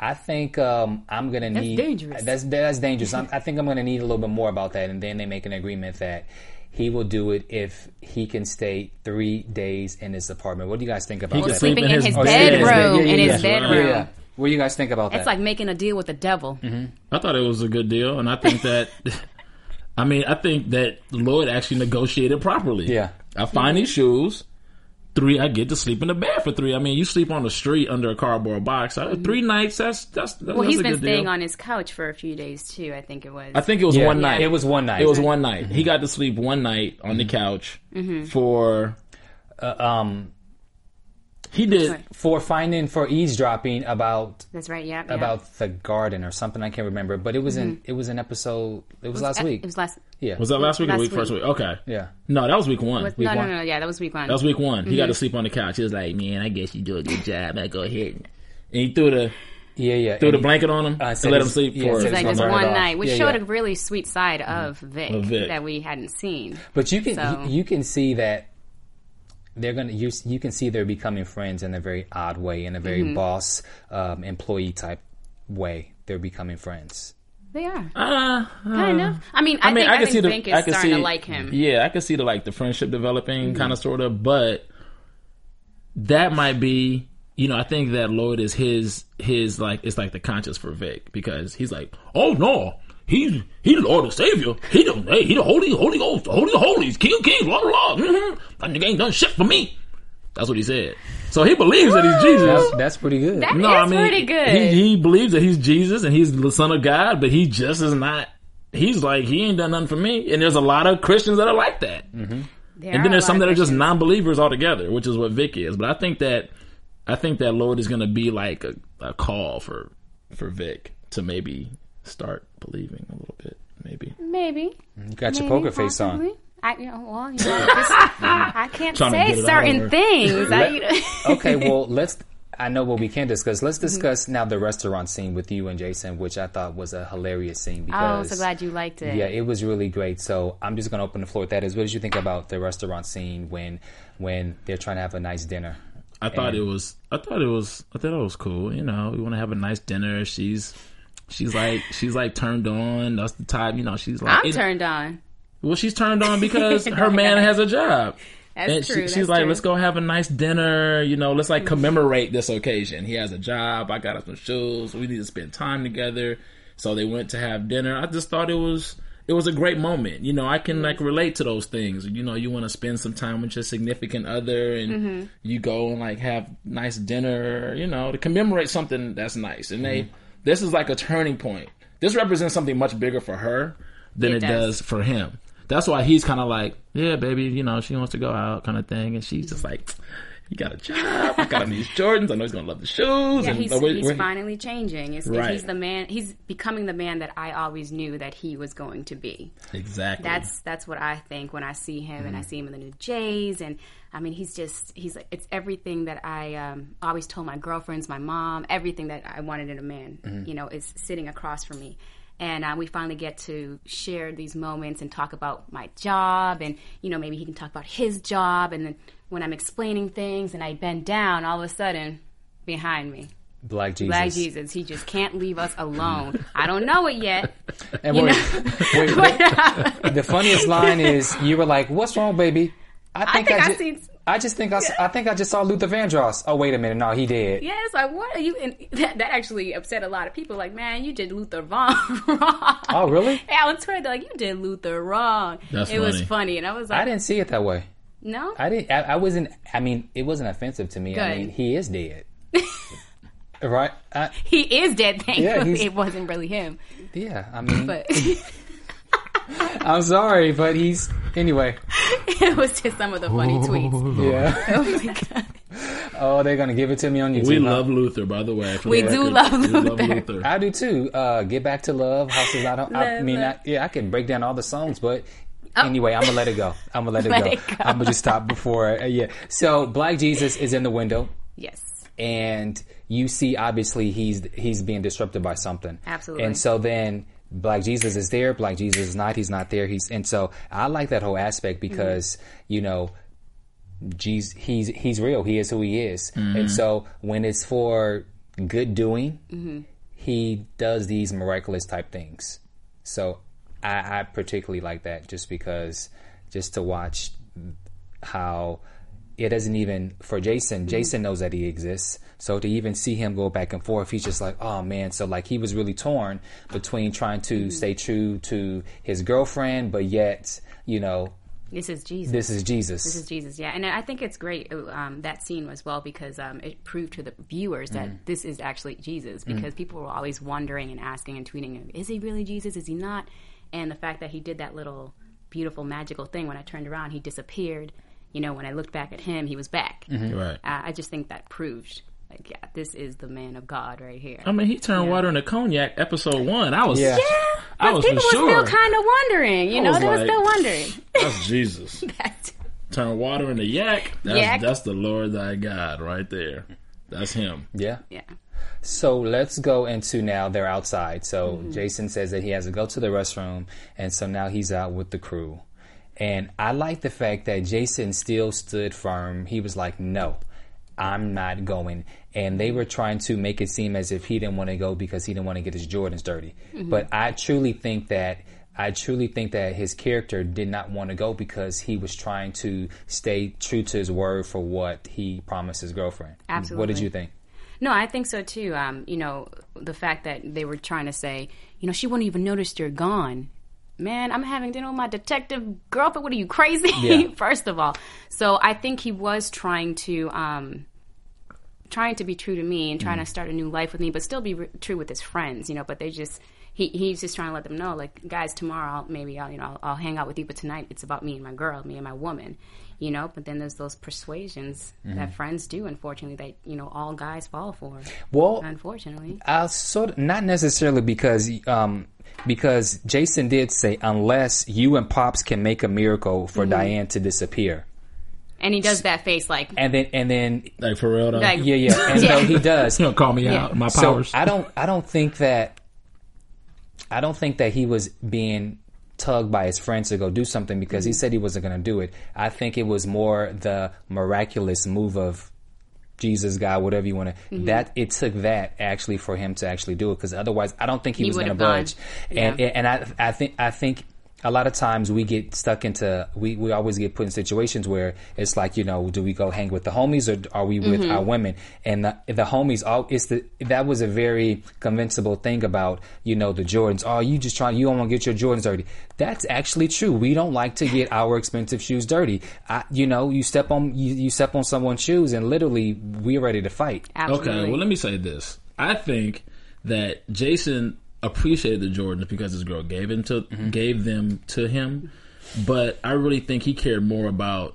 [SPEAKER 4] I think um, I'm gonna
[SPEAKER 2] That's
[SPEAKER 4] need
[SPEAKER 2] dangerous.
[SPEAKER 4] That's that's dangerous. I'm, I think I'm gonna need a little bit more about that, and then they make an agreement that he will do it if he can stay three days in his apartment. What do you guys think about
[SPEAKER 3] can
[SPEAKER 4] that?
[SPEAKER 3] sleep
[SPEAKER 2] sleeping in his,
[SPEAKER 4] Oh, yeah,
[SPEAKER 2] bedroom.
[SPEAKER 4] yeah, yeah,
[SPEAKER 2] in
[SPEAKER 4] yeah.
[SPEAKER 2] his bedroom.
[SPEAKER 4] Yeah. What do you guys think about that?
[SPEAKER 2] It's like making a deal with the devil.
[SPEAKER 4] Mm-hmm.
[SPEAKER 3] I thought it was a good deal, and I think that. I mean, I think that Lloyd actually negotiated properly.
[SPEAKER 4] Yeah.
[SPEAKER 3] I find these shoes. Three, I get to sleep in the bed for three. I mean, you sleep on the street under a cardboard box. I-
[SPEAKER 4] Mm-hmm.
[SPEAKER 3] Three nights. That's that's. that's
[SPEAKER 2] Well, he's
[SPEAKER 3] a
[SPEAKER 2] been
[SPEAKER 3] good
[SPEAKER 2] staying
[SPEAKER 3] deal.
[SPEAKER 2] on his couch for a few days too. I think it was.
[SPEAKER 3] I think it was
[SPEAKER 4] Yeah.
[SPEAKER 3] one night.
[SPEAKER 4] It was one night. Mm-hmm.
[SPEAKER 3] It was one night. He got to sleep one night on the couch
[SPEAKER 2] Mm-hmm.
[SPEAKER 3] for.
[SPEAKER 4] um,
[SPEAKER 3] He did.
[SPEAKER 2] Right.
[SPEAKER 4] for finding for eavesdropping about
[SPEAKER 2] That's right. Yeah. yeah.
[SPEAKER 4] about the garden or something. I can't remember, but it was in it was an episode. It was, last
[SPEAKER 2] Uh,
[SPEAKER 4] week.
[SPEAKER 2] It was last.
[SPEAKER 4] yeah.
[SPEAKER 3] Was that last week
[SPEAKER 2] Last
[SPEAKER 3] or the week, first
[SPEAKER 2] week.
[SPEAKER 3] week? Okay.
[SPEAKER 4] yeah.
[SPEAKER 3] No, that was week one.
[SPEAKER 2] Was, Mm-hmm. no, no,
[SPEAKER 4] one.
[SPEAKER 2] no, no. Yeah, that was week one.
[SPEAKER 3] That was week one. He got to sleep on the couch. He was like, "Man, I guess you do a good job. I go ahead." And he threw the
[SPEAKER 4] Yeah. Yeah.
[SPEAKER 3] threw
[SPEAKER 4] And
[SPEAKER 3] the
[SPEAKER 4] he-
[SPEAKER 3] blanket on him
[SPEAKER 4] I
[SPEAKER 3] and
[SPEAKER 4] said
[SPEAKER 3] let him
[SPEAKER 4] it's-
[SPEAKER 3] sleep
[SPEAKER 4] yeah,
[SPEAKER 3] for
[SPEAKER 2] It
[SPEAKER 4] it's
[SPEAKER 2] was like
[SPEAKER 4] It's
[SPEAKER 2] this
[SPEAKER 4] gonna burn it
[SPEAKER 2] one
[SPEAKER 4] off.
[SPEAKER 2] night, which
[SPEAKER 4] Yeah,
[SPEAKER 2] showed
[SPEAKER 4] yeah.
[SPEAKER 2] a really sweet side of Vic,
[SPEAKER 3] Mm-hmm. Of Vic.
[SPEAKER 2] that we hadn't seen.
[SPEAKER 4] But you can
[SPEAKER 2] So-
[SPEAKER 4] you, you can see that they're gonna you you can see they're becoming friends in a very odd way, in a very
[SPEAKER 2] Mm-hmm.
[SPEAKER 4] boss um, employee type way. They're becoming friends.
[SPEAKER 2] They are
[SPEAKER 3] Uh,
[SPEAKER 2] kind of. I mean, I,
[SPEAKER 3] I mean,
[SPEAKER 2] think
[SPEAKER 3] I can see the
[SPEAKER 2] Vic
[SPEAKER 3] I
[SPEAKER 2] is
[SPEAKER 3] can
[SPEAKER 2] starting
[SPEAKER 3] see
[SPEAKER 2] to like him. Mm-hmm.
[SPEAKER 3] Yeah, I can see the like the friendship developing kind of sort of, but that might be you know I think that Lloyd is his his like it's like the conscience for Vic because he's like, oh no. He's he the Lord and Savior. He the hey, he the Holy Holy Ghost, Holy of Holies, King of Kings, Lord of Lords. Mm-hmm. That nigga ain't done shit for me. That's what he said. So he believes that he's Jesus.
[SPEAKER 4] That's, that's pretty good.
[SPEAKER 2] That
[SPEAKER 3] No,
[SPEAKER 2] is
[SPEAKER 3] I mean,
[SPEAKER 2] pretty good.
[SPEAKER 3] He, he believes that he's Jesus and he's the Son of God, but he just is not. He's like he ain't done nothing for me, and there's a lot of Christians that are like that,
[SPEAKER 2] Mm-hmm. There
[SPEAKER 3] and then
[SPEAKER 2] a
[SPEAKER 3] there's some
[SPEAKER 2] lot
[SPEAKER 3] that
[SPEAKER 2] of
[SPEAKER 3] are just
[SPEAKER 2] questions.
[SPEAKER 3] non-believers altogether, which is what Vic is. But I think that I think that Lord is going to be like a, a call for for Vic to maybe start believing a little bit, maybe
[SPEAKER 2] maybe.
[SPEAKER 4] you got your
[SPEAKER 2] Maybe,
[SPEAKER 4] poker face on.
[SPEAKER 2] possibly. I, you know, well, you know, just- I can't
[SPEAKER 3] Trying to
[SPEAKER 2] say
[SPEAKER 3] get it out
[SPEAKER 2] certain
[SPEAKER 3] of her.
[SPEAKER 2] things. I, you know, Oh,
[SPEAKER 4] Okay, well let's. I know what we can discuss.
[SPEAKER 2] Mm-hmm.
[SPEAKER 4] Let's discuss now the restaurant scene with you and Jason, which I thought was a hilarious scene.
[SPEAKER 2] oh, I'm so
[SPEAKER 4] Because
[SPEAKER 2] glad you liked it.
[SPEAKER 4] Yeah, it was really great. So I'm just gonna open the floor. with That is, what did you think about the restaurant scene when when they're trying to have a nice dinner?
[SPEAKER 3] I thought it was. I thought it was. I thought it was cool. You know, we want to have a nice dinner. She's. She's like she's like turned on. That's the type, you know. She's like
[SPEAKER 2] I'm
[SPEAKER 3] it-
[SPEAKER 2] turned on.
[SPEAKER 3] Well, she's turned on because her man has a job.
[SPEAKER 2] That's
[SPEAKER 3] and
[SPEAKER 2] true,
[SPEAKER 3] She, she's
[SPEAKER 2] that's
[SPEAKER 3] like,
[SPEAKER 2] true. Mm-hmm.
[SPEAKER 3] let's go have a nice dinner. You know, let's like commemorate this occasion. He has a job. I got him some shoes. We need to spend time together. So they went to have dinner. I just thought it was it was a great moment. You know, I can
[SPEAKER 2] Mm-hmm.
[SPEAKER 3] like relate to those things. You know, you want to spend some time with your significant other, and
[SPEAKER 2] Mm-hmm.
[SPEAKER 3] you go and like have nice dinner. You know, to commemorate something that's nice. And
[SPEAKER 2] Mm-hmm.
[SPEAKER 3] they this is like a turning point. This represents something much bigger for her than it,
[SPEAKER 2] It
[SPEAKER 3] does
[SPEAKER 2] does.
[SPEAKER 3] is for him. That's why he's kind of like, yeah, baby, you know, she wants to go out, kind of thing, and she's just like, you got a job, I got him these Jordans, I know he's gonna love the shoes,
[SPEAKER 2] Yeah,
[SPEAKER 3] and
[SPEAKER 2] he's,
[SPEAKER 3] oh, wait,
[SPEAKER 2] he's
[SPEAKER 3] wait.
[SPEAKER 2] finally changing. It's,
[SPEAKER 3] Right.
[SPEAKER 2] He's the man. He's becoming the man that I always knew that he was going to be.
[SPEAKER 3] exactly.
[SPEAKER 2] That's that's what I think when I see him and I see him in the new Jays and I mean he's just he's like it's everything that I um, always told my girlfriends, my mom, everything that I wanted in a man. You know, is sitting across from me. And uh, we finally get to share these moments and talk about my job, and you know maybe he can talk about his job. And then when I'm explaining things and I bend down, all of a sudden, behind me,
[SPEAKER 4] Black Jesus.
[SPEAKER 2] Black Jesus, he just can't leave us alone. I don't know it yet.
[SPEAKER 4] And wait, wait, the, the funniest line is you were like, "What's wrong, baby?"
[SPEAKER 2] think I
[SPEAKER 4] ju-
[SPEAKER 2] seen-
[SPEAKER 4] I just think I, s- I think I just saw Luther Vandross. Oh wait a minute, no, he did.
[SPEAKER 2] Yeah, it's like what are you? And that, that actually upset a lot of people. Like, man, you did Luther wrong. oh,
[SPEAKER 4] really?
[SPEAKER 2] Yeah, on Twitter, they're like, you did Luther wrong.
[SPEAKER 3] That's
[SPEAKER 2] it was
[SPEAKER 3] funny.
[SPEAKER 2] funny, and I was like,
[SPEAKER 4] I didn't see it that way.
[SPEAKER 2] no,
[SPEAKER 4] I didn't. I, I wasn't. I mean, it wasn't offensive to me. I
[SPEAKER 2] Good.
[SPEAKER 4] mean, he is dead, right? I,
[SPEAKER 2] he is dead. Thankfully,
[SPEAKER 4] he's-
[SPEAKER 2] it wasn't really him.
[SPEAKER 4] yeah. I mean,
[SPEAKER 2] But
[SPEAKER 4] I'm sorry, but he's anyway.
[SPEAKER 2] it was just some of the funny tweets.
[SPEAKER 4] Yeah.
[SPEAKER 2] Oh my god.
[SPEAKER 4] Oh, they're gonna give it to me on YouTube.
[SPEAKER 3] We
[SPEAKER 4] huh?
[SPEAKER 3] love Luther, by the way. for
[SPEAKER 2] We
[SPEAKER 3] the
[SPEAKER 2] do
[SPEAKER 3] record.
[SPEAKER 2] love Luther.
[SPEAKER 4] I do too. Uh, Get back to love. House is not on. I
[SPEAKER 2] Love,
[SPEAKER 4] mean,
[SPEAKER 2] love.
[SPEAKER 4] I, yeah, I can break down all the songs, but anyway, I'm gonna let it go. I'm gonna let it,
[SPEAKER 2] Let
[SPEAKER 4] go.
[SPEAKER 2] it go.
[SPEAKER 4] I'm gonna just stop before. Uh, yeah. So Black Jesus is in the window,
[SPEAKER 2] Yes.
[SPEAKER 4] and you see obviously he's he's being disrupted by something.
[SPEAKER 2] Absolutely.
[SPEAKER 4] And so then Black Jesus is there. Black Jesus is not. He's not there. He's and so I like that whole aspect because you know Jesus, he's he's real. He is who he is. And so when it's for good doing, he does these miraculous type things. So I, I particularly like that just because just to watch how it doesn't even for Jason.
[SPEAKER 2] Mm-hmm.
[SPEAKER 4] Jason knows that he exists. So to even see him go back and forth, he's just like, oh man. So like he was really torn between trying to
[SPEAKER 2] Mm-hmm.
[SPEAKER 4] stay true to his girlfriend, but yet you know
[SPEAKER 2] This is Jesus.
[SPEAKER 4] this is Jesus.
[SPEAKER 2] This is Jesus, yeah, and I think it's great um, that scene as well because um, it proved to the viewers that this is actually Jesus because people were always wondering and asking and tweeting, him, "Is he really Jesus? Is he not?" And the fact that he did that little beautiful magical thing when I turned around, he disappeared. You know, when I looked back at him, he was back.
[SPEAKER 3] Right.
[SPEAKER 2] Uh, I just think that proved, like, yeah, this is the man of God right here.
[SPEAKER 3] I mean, he turned water into cognac. Episode one. I was.
[SPEAKER 4] Yeah. Yeah,
[SPEAKER 3] I
[SPEAKER 2] But
[SPEAKER 3] was
[SPEAKER 2] people
[SPEAKER 3] for
[SPEAKER 2] were
[SPEAKER 3] sure.
[SPEAKER 2] still kind of wondering, you
[SPEAKER 3] I
[SPEAKER 2] know,
[SPEAKER 3] was
[SPEAKER 2] they were
[SPEAKER 3] like-
[SPEAKER 2] still wondering.
[SPEAKER 3] that's Jesus. Turn water into yak. That's,
[SPEAKER 2] Yak.
[SPEAKER 3] That's the Lord thy God right there. That's him.
[SPEAKER 4] yeah.
[SPEAKER 2] yeah,
[SPEAKER 4] So let's go into now they're outside. So
[SPEAKER 2] Mm-hmm.
[SPEAKER 4] Jason says that he has to go to the restroom, and so now he's out with the crew. And I like the fact that Jason still stood firm. He was like, "No, I'm not going." And they were trying to make it seem as if he didn't want to go because he didn't want to get his Jordans dirty.
[SPEAKER 2] Mm-hmm.
[SPEAKER 4] But I truly think that I truly think that his character did not want to go because he was trying to stay true to his word for what he promised his girlfriend. What did
[SPEAKER 2] Absolutely.
[SPEAKER 4] you think?
[SPEAKER 2] No, I think so too. Um, you know, the fact that they were trying to say, you know, she won't even notice you're gone. Man, I'm having dinner with my detective girlfriend. What are you crazy?
[SPEAKER 4] Yeah.
[SPEAKER 2] First of all, so I think he was trying to. Um, trying to be true to me and trying to start a new life with me, but still be re- true with his friends, you know. But they just he he's just trying to let them know, like, guys, tomorrow I'll, maybe I'll you know I'll, I'll hang out with you, but tonight it's about me and my girl, me and my woman, you know. But then there's those persuasions that friends do, unfortunately, that you know all guys fall for.
[SPEAKER 4] Well,
[SPEAKER 2] unfortunately,
[SPEAKER 4] I sort of, not necessarily because um because Jason did say unless you and Pops can make a miracle for Diane to disappear.
[SPEAKER 2] and he does that face like
[SPEAKER 4] And then and then
[SPEAKER 3] Like for real though.
[SPEAKER 2] Like-
[SPEAKER 4] yeah yeah and so he does.
[SPEAKER 3] you don't call me
[SPEAKER 2] Yeah.
[SPEAKER 3] out. My
[SPEAKER 4] So
[SPEAKER 3] powers.
[SPEAKER 4] I don't I don't think that I don't think that he was being tugged by his friends to go do something because he said he wasn't going to do it. I think it was more the miraculous move of Jesus, God, whatever you want to. That it took that actually for him to actually do it because otherwise, I don't think he, was
[SPEAKER 2] would
[SPEAKER 4] going to
[SPEAKER 2] have gone.
[SPEAKER 4] budge. And and I I think I think. A lot of times we get stuck into we, we always get put in situations where it's like you know do we go hang with the homies or are we with our women and the, the homies all it's the that was a very convincible thing about you know the Jordans oh you just trying you don't want to get your Jordans dirty that's actually true we don't like to get our expensive shoes dirty I, you know you step on you, you step on someone's shoes and literally we're ready to fight
[SPEAKER 2] absolutely.
[SPEAKER 3] Okay, well, let me say this. I think that Jason appreciated the Jordans because his girl gave him to gave them to him, but I really think he cared more about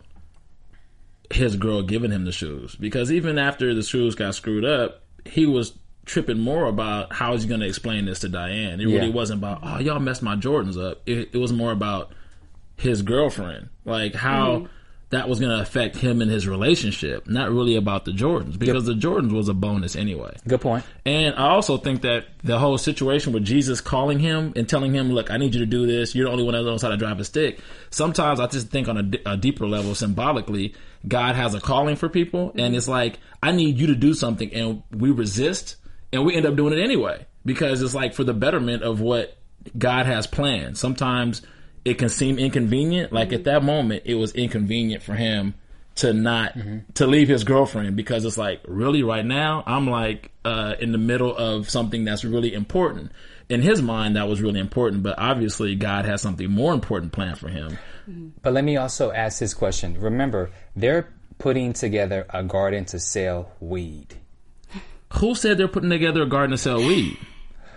[SPEAKER 3] his girl giving him the shoes because even after the shoes got screwed up, he was tripping more about how he's going to explain this to Diane. It really
[SPEAKER 4] Yeah.
[SPEAKER 3] wasn't about oh y'all messed my Jordans up. It, it was more about his girlfriend, like how that was going to affect him and his relationship, not really about the Jordans because the Jordans was a bonus anyway.
[SPEAKER 4] good point
[SPEAKER 3] And I also think that the whole situation with Jesus calling him and telling him, "Look, I need you to do this. You're the only one that knows how to drive a stick." Sometimes I just think on a, di- a deeper level, symbolically, God has a calling for people, and it's like, "I need you to do something," and we resist, and we end up doing it anyway because it's like for the betterment of what God has planned. Sometimes it can seem inconvenient. Like at that moment, it was inconvenient for him to not to leave his girlfriend because it's like really right now I'm like uh, in the middle of something that's really important. In his mind, that was really important, but obviously God has something more important planned for him.
[SPEAKER 4] But let me also ask this question. Remember, they're putting together a garden to sell weed.
[SPEAKER 3] Who said they're putting together a garden to sell weed?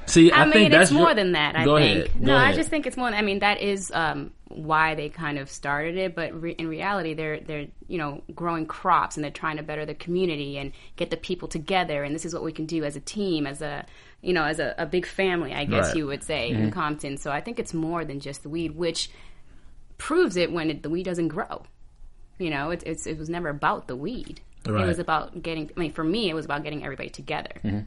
[SPEAKER 3] See,
[SPEAKER 2] I,
[SPEAKER 3] I, think
[SPEAKER 2] mean,
[SPEAKER 3] that's
[SPEAKER 2] it's more
[SPEAKER 3] your-
[SPEAKER 2] than that. I
[SPEAKER 3] Go
[SPEAKER 2] think.
[SPEAKER 3] ahead. Go
[SPEAKER 2] No, I
[SPEAKER 3] ahead.
[SPEAKER 2] just think it's more. I mean, that is um, why they kind of started it. But re- in reality, they're they're you know growing crops and they're trying to better the community and get the people together. And this is what we can do as a team, as a you know, as a, a big family. I guess
[SPEAKER 3] Right.
[SPEAKER 2] you would say in Compton. So I think it's more than just the weed, which proves it when it, the weed doesn't grow. You know, it, it's it was never about the weed. It
[SPEAKER 3] Right.
[SPEAKER 2] was about getting. I mean, for me, it was about getting everybody together.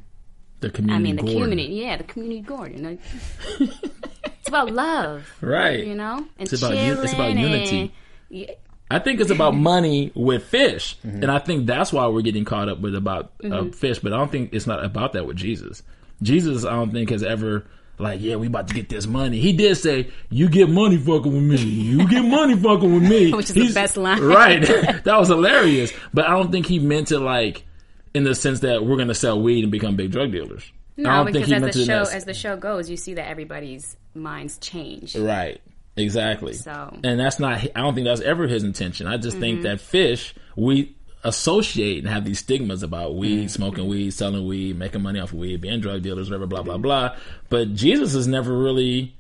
[SPEAKER 3] the
[SPEAKER 2] I
[SPEAKER 3] community.
[SPEAKER 2] mean, the
[SPEAKER 3] Gordon.
[SPEAKER 2] community, yeah, the community garden. Like, it's about love,
[SPEAKER 3] Right.
[SPEAKER 2] you know, and
[SPEAKER 3] It's about un- it's about
[SPEAKER 2] chilling
[SPEAKER 3] unity.
[SPEAKER 2] and- yeah,
[SPEAKER 3] I think it's about money with fish,
[SPEAKER 2] Mm-hmm.
[SPEAKER 3] and I think that's why we're getting caught up with about uh, fish. But I don't think it's not about that with Jesus. Jesus, I don't think has ever like, yeah, we about to get this money. He did say, "You get money fucking with me. You get money fucking with me,"
[SPEAKER 2] Which is the best line.
[SPEAKER 3] right? that was hilarious. But I don't think he meant it like in the sense that we're gonna sell weed and become big drug dealers. I
[SPEAKER 2] No,
[SPEAKER 3] don't
[SPEAKER 2] because
[SPEAKER 3] think he
[SPEAKER 2] as
[SPEAKER 3] meant
[SPEAKER 2] the
[SPEAKER 3] it in
[SPEAKER 2] show
[SPEAKER 3] that-
[SPEAKER 2] as the show goes, you see that everybody's minds change.
[SPEAKER 3] Right. Exactly.
[SPEAKER 2] So- Mm-hmm.
[SPEAKER 3] And that's not, I don't think that's ever his intention. I just think that fish, we associate and have these stigmas about weed,
[SPEAKER 2] Mm-hmm.
[SPEAKER 3] smoking weed, selling weed, making money off of weed, being drug dealers, whatever, blah, blah,
[SPEAKER 2] Mm-hmm.
[SPEAKER 3] blah. But Jesus has never really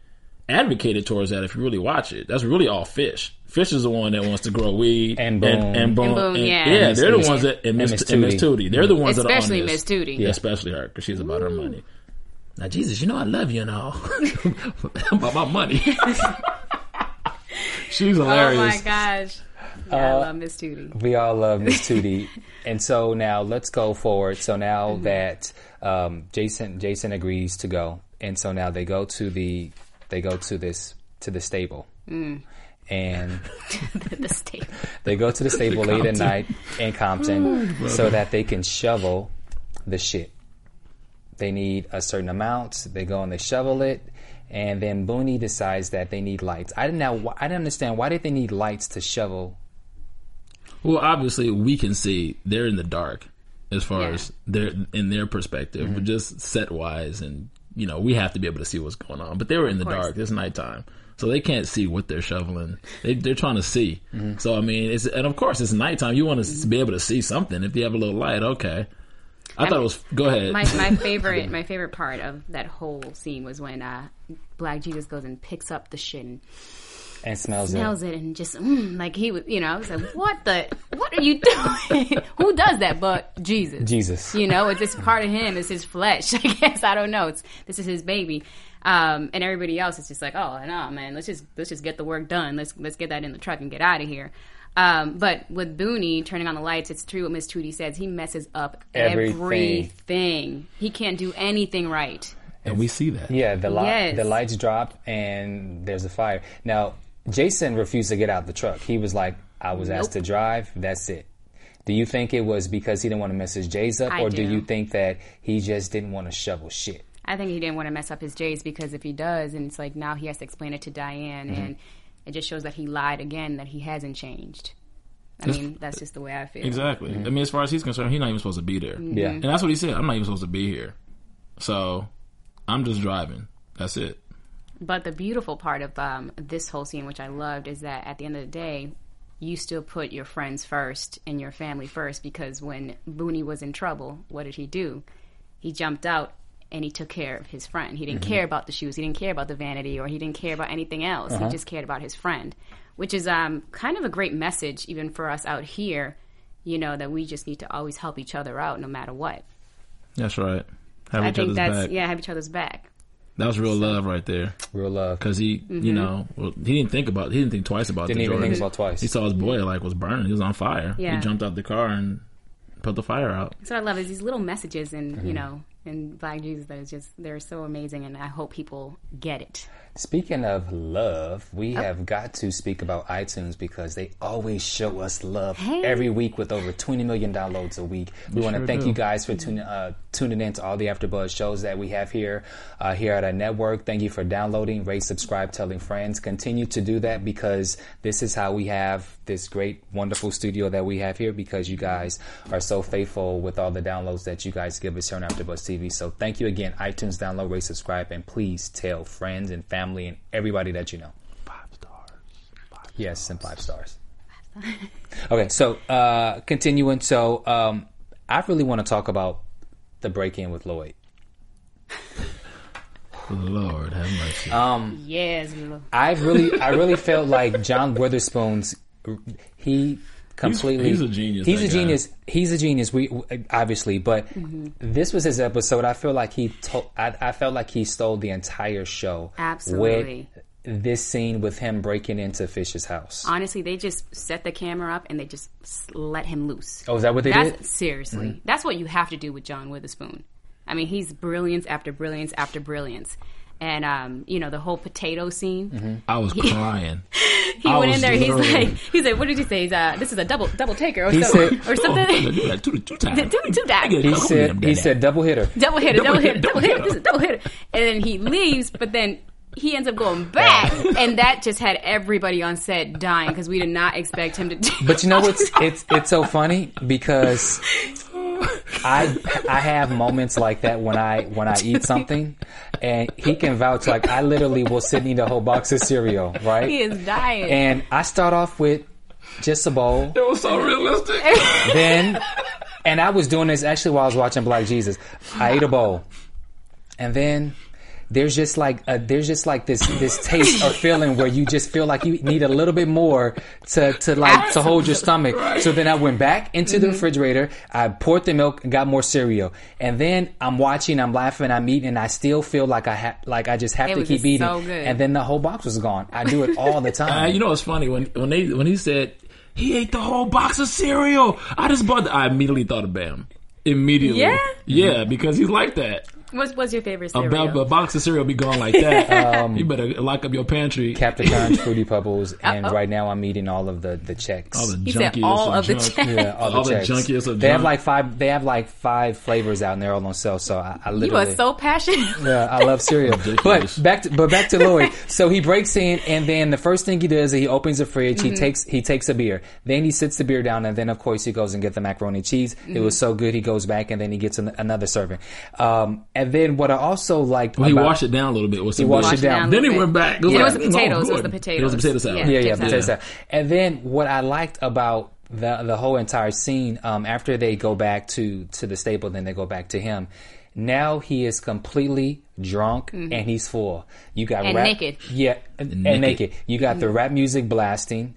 [SPEAKER 3] advocated towards that if you really watch it. That's really all fish. Fish is the one that wants to grow weed
[SPEAKER 4] And Boone.
[SPEAKER 3] and, and boom,
[SPEAKER 2] And Boone, yeah.
[SPEAKER 3] yeah,
[SPEAKER 2] And
[SPEAKER 3] they're
[SPEAKER 4] Miss-
[SPEAKER 3] the ones that and Miss,
[SPEAKER 4] Miss
[SPEAKER 3] and Miss Tootie. They're the ones
[SPEAKER 2] Especially
[SPEAKER 3] that are on this.
[SPEAKER 2] Miss Tootie.
[SPEAKER 3] especially her because she's about her money. Now, Jesus, you know I love you and all. about my money. she's
[SPEAKER 2] Oh
[SPEAKER 3] hilarious. Uh,
[SPEAKER 2] my gosh, yeah, I love Miss Tootie.
[SPEAKER 4] We all love Miss Tootie. and so now let's go forward. So now that um, Jason Jason agrees to go, and so now they go to the they go to this to the stable, and
[SPEAKER 2] the state.
[SPEAKER 4] they go to the stable late at night in Compton so that they can shovel the shit. They need a certain amount. They go and they shovel it. And then Booney decides that they need lights. I didn't know. I didn't understand why did they need lights to shovel
[SPEAKER 3] Well, obviously, we can see they're in the dark as far
[SPEAKER 2] Yeah.
[SPEAKER 3] as their in their perspective, but just set wise, and you know, we have to be able to see what's going on. But they were in the
[SPEAKER 2] course.
[SPEAKER 3] dark; it's nighttime, so they can't see what they're shoveling. They, they're trying to see. So, I mean, it's and of course, it's nighttime. You want to be able to see something. If you have a little light, okay. I, thought it was. Go ahead.
[SPEAKER 2] My my favorite my favorite part of that whole scene was when uh, Black Jesus goes and picks up the shit and
[SPEAKER 4] and smells,
[SPEAKER 2] smells it and just mm, like he was you know I was like what the what are you doing who does that but Jesus
[SPEAKER 4] Jesus.
[SPEAKER 2] you know it's just part of him it's his flesh I guess I don't know it's this is his baby um, and everybody else is just like oh no man let's just let's just get the work done let's let's get that in the truck and get out of here um, but with Booney turning on the lights it's true what Miss Tootie says he messes up
[SPEAKER 4] Everything.
[SPEAKER 2] everything. he can't do anything right
[SPEAKER 3] and we see that.
[SPEAKER 4] Yeah, the li-
[SPEAKER 2] Yes.
[SPEAKER 4] the lights drop and there's a fire. Now, Jason refused to get out the truck. He was like, "I was asked to
[SPEAKER 2] Nope.
[SPEAKER 4] drive. That's it." Do you think it was because he didn't want to mess his J's up,
[SPEAKER 2] I
[SPEAKER 4] or do.
[SPEAKER 2] do.
[SPEAKER 4] you think that he just didn't want to shovel shit?
[SPEAKER 2] I think he didn't want to mess up his J's because if he does, and it's like now he has to explain it to Diane, and it just shows that he lied again, that he hasn't changed. I mean, that's just the way I feel.
[SPEAKER 3] Exactly. I mean, as far as he's concerned, he's not even supposed to be there.
[SPEAKER 2] Mm-hmm.
[SPEAKER 4] Yeah.
[SPEAKER 3] And that's what he said. I'm not even supposed to be here. So, I'm just driving. That's it.
[SPEAKER 2] But the beautiful part of um, this whole scene, which I loved, is that at the end of the day, you still put your friends first and your family first because when Booney was in trouble, what did he do? He jumped out and he took care of his friend. He
[SPEAKER 3] Mm-hmm.
[SPEAKER 2] didn't care about the shoes, he didn't care about the vanity, or he didn't care about anything else.
[SPEAKER 3] Uh-huh.
[SPEAKER 2] He just cared about his friend, which is um, kind of a great message even for us out here, you know, that we just need to always help each other out no matter what.
[SPEAKER 3] That's right. Have
[SPEAKER 2] I
[SPEAKER 3] each
[SPEAKER 2] think
[SPEAKER 3] other's
[SPEAKER 2] that's,
[SPEAKER 3] back.
[SPEAKER 2] yeah, have each other's back.
[SPEAKER 3] That was real love right there.
[SPEAKER 4] Real love.
[SPEAKER 3] Because he,
[SPEAKER 2] Mm-hmm.
[SPEAKER 3] you know, well, he didn't think about. He didn't think twice about.
[SPEAKER 4] Didn't
[SPEAKER 3] the
[SPEAKER 4] even think
[SPEAKER 3] Jordans.
[SPEAKER 4] about twice.
[SPEAKER 3] He saw his boy like was burning. He was on fire.
[SPEAKER 2] Yeah.
[SPEAKER 3] He jumped out the car and put the fire out.
[SPEAKER 2] That's what I love is these little messages and
[SPEAKER 4] Mm-hmm.
[SPEAKER 2] you know in Black Jesus that is just they're so amazing and I hope people get it.
[SPEAKER 4] Speaking of love, we
[SPEAKER 2] Oh.
[SPEAKER 4] have got to speak about iTunes because they always show us love every week with over 20 million downloads a week. We want to
[SPEAKER 3] sure
[SPEAKER 4] thank
[SPEAKER 3] do.
[SPEAKER 4] you guys for tuning uh, tuning in to all the AfterBuzz shows that we have here uh, here at our network. Thank you for downloading, rate, subscribe, telling friends. Continue to do that because this is how we have this great, wonderful studio that we have here because you guys are so faithful with all the downloads that you guys give us here on AfterBuzz TV. So thank you again, iTunes, download, rate, subscribe, and please tell friends and family and everybody that you know.
[SPEAKER 3] Five stars.
[SPEAKER 4] Yes, and five stars. okay, so uh, continuing. So um, I really want to talk about the break in with Lloyd.
[SPEAKER 3] Lord have mercy.
[SPEAKER 4] Uh,
[SPEAKER 2] Yes, Lord.
[SPEAKER 4] I really, I really felt like John Witherspoon's. He completely.
[SPEAKER 3] he's a genius,
[SPEAKER 4] He's
[SPEAKER 3] that
[SPEAKER 4] a
[SPEAKER 3] guy.
[SPEAKER 4] genius. He's a genius. We we- obviously, but this was his episode. I feel like he. To- I, I felt like he stole the entire show.
[SPEAKER 2] Absolutely.
[SPEAKER 4] With this scene with him breaking into Fish's house.
[SPEAKER 2] Honestly, they just set the camera up and they just s- let him loose.
[SPEAKER 4] Oh, is that what they
[SPEAKER 2] That's
[SPEAKER 4] did? Mm-hmm.
[SPEAKER 2] seriously. That's what you have to do with John Witherspoon. I mean, he's brilliance after brilliance after brilliance. And um, you know the whole potato scene.
[SPEAKER 4] Mm-hmm.
[SPEAKER 3] I was crying.
[SPEAKER 2] He
[SPEAKER 3] I
[SPEAKER 2] went
[SPEAKER 3] was
[SPEAKER 2] in there. He's
[SPEAKER 3] literally-
[SPEAKER 2] like, he's like, what did you say? He's, uh, this is a double double taker or,
[SPEAKER 4] He
[SPEAKER 2] so,
[SPEAKER 4] said-
[SPEAKER 2] or
[SPEAKER 3] Oh,
[SPEAKER 2] something.
[SPEAKER 3] do that, do that, do that.
[SPEAKER 2] Do- do that.
[SPEAKER 3] I get it.
[SPEAKER 4] He
[SPEAKER 3] Come here,
[SPEAKER 4] said. He
[SPEAKER 3] daddy.
[SPEAKER 4] said double hitter.
[SPEAKER 2] double hitter, double hitter, double
[SPEAKER 3] Double
[SPEAKER 2] hitter,
[SPEAKER 3] hitter,
[SPEAKER 2] this is double hitter. And then he leaves, but then he ends up going back, and that just had everybody on set dying because we did not expect him to. do
[SPEAKER 4] But you know what's it's it's so funny because I I have moments like that when I when I eat something, and he can vouch. Like I literally will sit and eat a whole box of cereal, right?
[SPEAKER 2] He is dying.
[SPEAKER 4] And I start off with just a bowl,
[SPEAKER 3] It was so realistic.
[SPEAKER 4] then, and I was doing this actually while I was watching Black Jesus. I ate a bowl, and then. There's just like a, there's just like this this taste or feeling where you just feel like you need a little bit more to to like to hold your stomach. So then I went back into
[SPEAKER 2] Mm-hmm.
[SPEAKER 4] the refrigerator. I poured the milk and got more cereal. And then I'm watching, I'm laughing, I'm eating, and I still feel like I ha- like I just have
[SPEAKER 2] It
[SPEAKER 4] to
[SPEAKER 2] was
[SPEAKER 4] keep
[SPEAKER 2] just
[SPEAKER 4] eating.
[SPEAKER 2] so good.
[SPEAKER 4] And then the whole box was gone. I do it all the
[SPEAKER 3] Uh,
[SPEAKER 4] time.
[SPEAKER 3] you know, it's funny when when they when he said he ate the whole box of cereal. I just bought. The, I immediately thought of Bam. Immediately,
[SPEAKER 2] Yeah?
[SPEAKER 3] yeah, because he's like that.
[SPEAKER 2] What's, what's your favorite
[SPEAKER 3] A,
[SPEAKER 2] cereal? Um,
[SPEAKER 3] ba- a box of cereal be gone like that. you better lock up your pantry.
[SPEAKER 4] Captain Crunch, Fruity Pebbles, and right now I'm eating all of the the checks.
[SPEAKER 3] all the
[SPEAKER 2] he
[SPEAKER 3] junkiest
[SPEAKER 2] said all of the
[SPEAKER 3] junk.
[SPEAKER 2] check.
[SPEAKER 4] Yeah, all the,
[SPEAKER 3] All the
[SPEAKER 4] checks.
[SPEAKER 3] junkiest of
[SPEAKER 4] They have
[SPEAKER 3] junk.
[SPEAKER 4] like five. They have like five flavors out, and they're all on sale. So I, I
[SPEAKER 2] You
[SPEAKER 4] literally.
[SPEAKER 2] are so passionate.
[SPEAKER 4] Yeah, I love cereal.
[SPEAKER 3] Ridiculous.
[SPEAKER 4] but back to but back to Lloyd. So he breaks in, and then the first thing he does is he opens the fridge. He
[SPEAKER 2] Mm-hmm.
[SPEAKER 4] takes he takes a beer. Then he sits the beer down, and then of course he goes and get the macaroni and cheese. It
[SPEAKER 2] Mm-hmm.
[SPEAKER 4] was so good. He goes back, and then he gets an, another serving. Um, and then what I also liked
[SPEAKER 3] He
[SPEAKER 4] about-
[SPEAKER 3] washed it down a little bit. With some
[SPEAKER 4] washed
[SPEAKER 3] good-
[SPEAKER 4] it down.
[SPEAKER 3] Then he went back.
[SPEAKER 2] It was,
[SPEAKER 3] like,
[SPEAKER 2] the
[SPEAKER 3] no,
[SPEAKER 2] potatoes. it was
[SPEAKER 3] good.
[SPEAKER 2] the potatoes.
[SPEAKER 3] It was the potato salad.
[SPEAKER 4] yeah, yeah,
[SPEAKER 2] potato
[SPEAKER 4] potato
[SPEAKER 2] salad.
[SPEAKER 4] salad. And then what I liked about the the whole entire scene um, after they go back to to the stable, then they go back to him. Now he is completely drunk and he's full. You got
[SPEAKER 2] Mm-hmm. And
[SPEAKER 4] rap,
[SPEAKER 2] naked. Mm-hmm.
[SPEAKER 4] yeah, and, and
[SPEAKER 3] naked.
[SPEAKER 4] naked. You got the rap music blasting,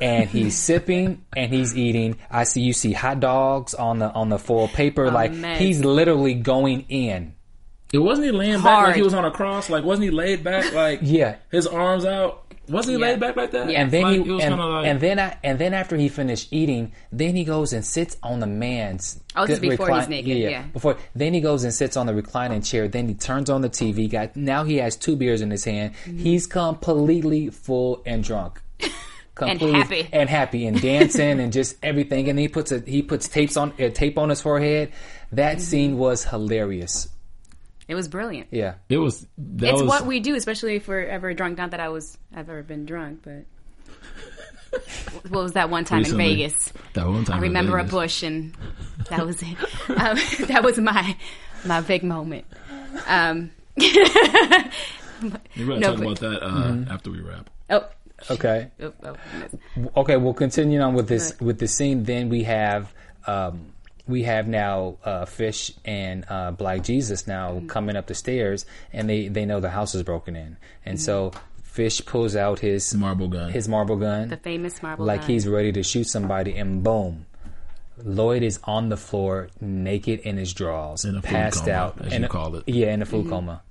[SPEAKER 4] and he's sipping and he's eating. I see you see hot dogs on the on the foil paper. like
[SPEAKER 2] mess.
[SPEAKER 4] he's literally going in.
[SPEAKER 3] It wasn't he laying back
[SPEAKER 2] Hard.
[SPEAKER 3] like he was on a cross. Like wasn't he laid back like
[SPEAKER 4] Yeah.
[SPEAKER 3] his arms out. Wasn't he
[SPEAKER 2] Yeah.
[SPEAKER 3] laid back like that?
[SPEAKER 2] Yeah.
[SPEAKER 4] and then
[SPEAKER 3] Like,
[SPEAKER 4] he
[SPEAKER 3] it was
[SPEAKER 4] and,
[SPEAKER 3] kind of like
[SPEAKER 4] and then I, and then after he finished eating, then he goes and sits on the man's.
[SPEAKER 2] Oh, this is
[SPEAKER 4] good
[SPEAKER 2] before he's naked, yeah.
[SPEAKER 4] Before then he goes and sits on the reclining chair. Then he turns on the TV. Got now he has two beers in his hand.
[SPEAKER 2] Mm-hmm.
[SPEAKER 4] He's completely full and drunk. Completely-
[SPEAKER 2] happy.
[SPEAKER 4] and happy and dancing and just everything and he puts a he puts tapes on uh, tape on his forehead
[SPEAKER 2] Mm-hmm.
[SPEAKER 4] that scene was hilarious
[SPEAKER 2] It was brilliant.
[SPEAKER 4] yeah
[SPEAKER 3] it was. That
[SPEAKER 2] It's
[SPEAKER 3] was,
[SPEAKER 2] what we do, especially if we're ever drunk. Not that I was, I've ever been drunk, but what was that one time
[SPEAKER 3] Recently.
[SPEAKER 2] in Vegas?
[SPEAKER 3] That one time
[SPEAKER 2] I
[SPEAKER 3] in
[SPEAKER 2] remember a
[SPEAKER 3] Vegas.
[SPEAKER 2] bush, and that was it. Um, that was my my big moment. Um, No,
[SPEAKER 3] We better talk
[SPEAKER 2] but- Mm-hmm.
[SPEAKER 3] about that uh, after we wrap.
[SPEAKER 2] oh,
[SPEAKER 4] okay
[SPEAKER 2] oh, oh, goodness.
[SPEAKER 4] okay well continuing on with this
[SPEAKER 2] Right.
[SPEAKER 4] with this scene then we have um we have now uh, Fish and uh, Black Jesus now
[SPEAKER 2] Mm-hmm.
[SPEAKER 4] coming up the stairs, and they, they know the house is broken in, and so Fish pulls out his
[SPEAKER 3] Marble gun.
[SPEAKER 4] his marble gun,
[SPEAKER 2] Mm-hmm. the famous marble.
[SPEAKER 4] like
[SPEAKER 2] gun.
[SPEAKER 4] he's ready to shoot somebody, and boom, Lloyd is on the floor, naked in his drawers,
[SPEAKER 3] In a food
[SPEAKER 4] passed
[SPEAKER 3] coma,
[SPEAKER 4] out,
[SPEAKER 3] as
[SPEAKER 4] in
[SPEAKER 3] you
[SPEAKER 4] a-
[SPEAKER 3] call it.
[SPEAKER 4] yeah, in a food
[SPEAKER 2] Mm-hmm.
[SPEAKER 4] coma.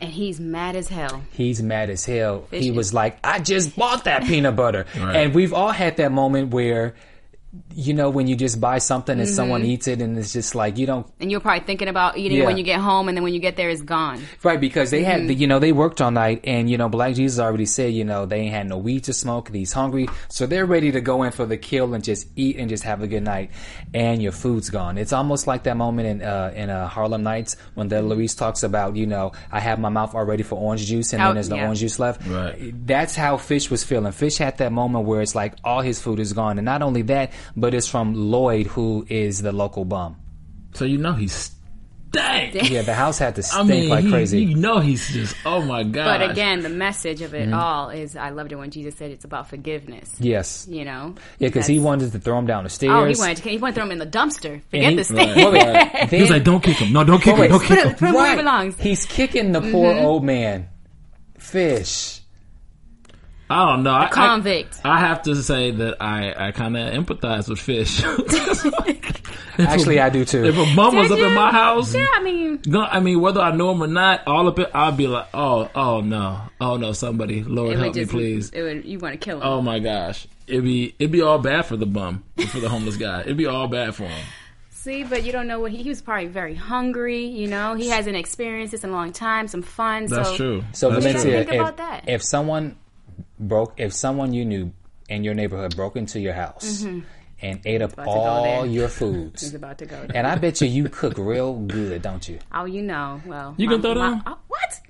[SPEAKER 2] and he's mad as hell.
[SPEAKER 4] he's mad as hell. he
[SPEAKER 2] is-
[SPEAKER 4] was like, I just bought that peanut butter.
[SPEAKER 3] Right.
[SPEAKER 4] And we've all had that moment where, you know, when you just buy something and someone eats it and it's just like, you don't,
[SPEAKER 2] And you're probably thinking about eating it
[SPEAKER 4] Yeah.
[SPEAKER 2] when you get home, and then when you get there, it's
[SPEAKER 3] Uh-huh.
[SPEAKER 2] gone.
[SPEAKER 4] right? Because they had,
[SPEAKER 2] Mm-hmm.
[SPEAKER 4] the, you know, they worked all night and, you know, Black Jesus already said, you know, they ain't had no weed to smoke. and He's hungry. So they're ready to go in for the kill and just eat and just have a good night. And your food's gone. It's almost like that moment in, uh, in, uh, Harlem Nights when the
[SPEAKER 2] Mm-hmm.
[SPEAKER 4] Louise talks about, you know, I have my mouth already for orange juice and
[SPEAKER 2] Oh,
[SPEAKER 4] then there's no
[SPEAKER 2] yeah.
[SPEAKER 4] orange juice left.
[SPEAKER 3] Right.
[SPEAKER 4] that's how Fish was feeling. Fish had that moment where it's like all his food is gone, and not only that, but it's from Lloyd, who is the local bum.
[SPEAKER 3] So you know he's stank.
[SPEAKER 4] Yeah, the house had to
[SPEAKER 3] I
[SPEAKER 4] stink
[SPEAKER 3] mean,
[SPEAKER 4] like
[SPEAKER 3] he-
[SPEAKER 4] crazy.
[SPEAKER 3] you know he's just oh my god.
[SPEAKER 2] But again, the message of it
[SPEAKER 3] Mm-hmm.
[SPEAKER 2] all is I loved it when Jesus said it's about forgiveness.
[SPEAKER 4] yes.
[SPEAKER 2] You know?
[SPEAKER 4] Yeah, because he
[SPEAKER 2] That's-
[SPEAKER 4] wanted to throw him down the stairs.
[SPEAKER 2] Oh, he wanted, to, he wanted to throw him in the dumpster. Forget
[SPEAKER 4] he-
[SPEAKER 2] this thing.
[SPEAKER 3] Right,
[SPEAKER 4] Then-
[SPEAKER 3] right. he was like, "Don't kick him! No, don't kick him!
[SPEAKER 4] wait.
[SPEAKER 3] Don't kick
[SPEAKER 2] Put
[SPEAKER 3] him!"
[SPEAKER 2] it- put it where it belongs. Mm-hmm.
[SPEAKER 4] He's kicking the poor old man. Fish.
[SPEAKER 3] I don't know. I,
[SPEAKER 2] convict.
[SPEAKER 3] I, I have to say that I, I kind of empathize with Fish.
[SPEAKER 4] Actually, I do
[SPEAKER 3] If
[SPEAKER 4] too.
[SPEAKER 3] a bum was
[SPEAKER 2] Did
[SPEAKER 3] up in
[SPEAKER 2] you?
[SPEAKER 3] my house,
[SPEAKER 2] Yeah, I mean,
[SPEAKER 3] no, I mean whether I know him or not, all up in, I'd be like, oh, oh no, oh no, somebody, Lord
[SPEAKER 2] it would
[SPEAKER 3] help me,
[SPEAKER 2] just,
[SPEAKER 3] please.
[SPEAKER 2] It would, you want to kill him.
[SPEAKER 3] Oh my gosh, it'd be it'd be all bad for the bum, for the homeless guy. It'd be all bad for him.
[SPEAKER 2] See, but you don't know what he, he was probably very hungry. You know, he hasn't experienced this in a long time, some fun.
[SPEAKER 3] That's
[SPEAKER 2] so,
[SPEAKER 3] true.
[SPEAKER 4] So
[SPEAKER 3] That's
[SPEAKER 4] Valencia,
[SPEAKER 2] think about
[SPEAKER 4] if,
[SPEAKER 2] that.
[SPEAKER 4] if someone broke, if someone you knew in your neighborhood broke into your house and ate up
[SPEAKER 2] Mm-hmm. to go
[SPEAKER 4] all
[SPEAKER 2] there.
[SPEAKER 4] your
[SPEAKER 2] He's
[SPEAKER 4] foods,
[SPEAKER 2] about to go.
[SPEAKER 4] and I bet you you cook real good, don't you?
[SPEAKER 2] Oh, you know. Well,
[SPEAKER 3] You
[SPEAKER 2] my-
[SPEAKER 3] can throw
[SPEAKER 2] my-
[SPEAKER 3] down?
[SPEAKER 2] oh, what?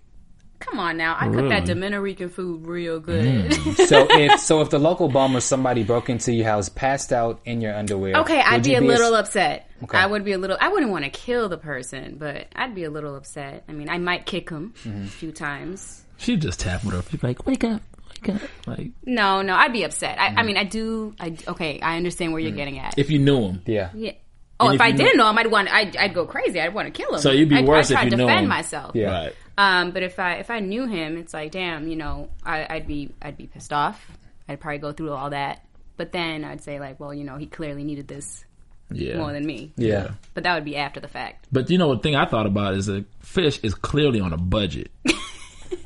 [SPEAKER 2] Come on now. I
[SPEAKER 3] Really?
[SPEAKER 2] cook that Dominican food real good.
[SPEAKER 3] Mm.
[SPEAKER 4] So if so, if the local bum or somebody broke into your house, passed out in your underwear,
[SPEAKER 2] okay, I'd
[SPEAKER 4] would
[SPEAKER 2] be
[SPEAKER 4] you
[SPEAKER 2] a
[SPEAKER 4] as-
[SPEAKER 2] little upset.
[SPEAKER 4] Okay.
[SPEAKER 2] I would be a little. I wouldn't want to kill the person, but I'd be a little upset. I mean, I might kick him
[SPEAKER 3] Mm-hmm.
[SPEAKER 2] a few times.
[SPEAKER 3] She just tapped her. She's like, wake up, wake up. Like
[SPEAKER 2] No, no, I'd be upset. I, I mean, I do. I okay. I understand where you're getting at.
[SPEAKER 3] Mm-hmm. Mm. if you knew him,
[SPEAKER 4] yeah.
[SPEAKER 2] yeah. Oh,
[SPEAKER 3] And
[SPEAKER 2] if,
[SPEAKER 3] if
[SPEAKER 2] I
[SPEAKER 3] you know-
[SPEAKER 2] didn't know him, I'd want. I'd, I'd go crazy. I'd want to kill him.
[SPEAKER 3] So you'd be
[SPEAKER 2] I'd,
[SPEAKER 3] worse
[SPEAKER 2] I'd try
[SPEAKER 3] if you
[SPEAKER 2] to
[SPEAKER 3] know
[SPEAKER 2] defend
[SPEAKER 3] him.
[SPEAKER 2] myself.
[SPEAKER 4] Yeah.
[SPEAKER 3] right?
[SPEAKER 2] Um, but if I if I knew him, it's like, damn, you know, I, I'd be I'd be pissed off. I'd probably go through all that. But then I'd say like, well, you know, he clearly needed this
[SPEAKER 3] Yeah.
[SPEAKER 2] more than me.
[SPEAKER 4] Yeah.
[SPEAKER 2] But that would be after the fact.
[SPEAKER 3] But you know, the thing I thought about is that fish is clearly on a budget.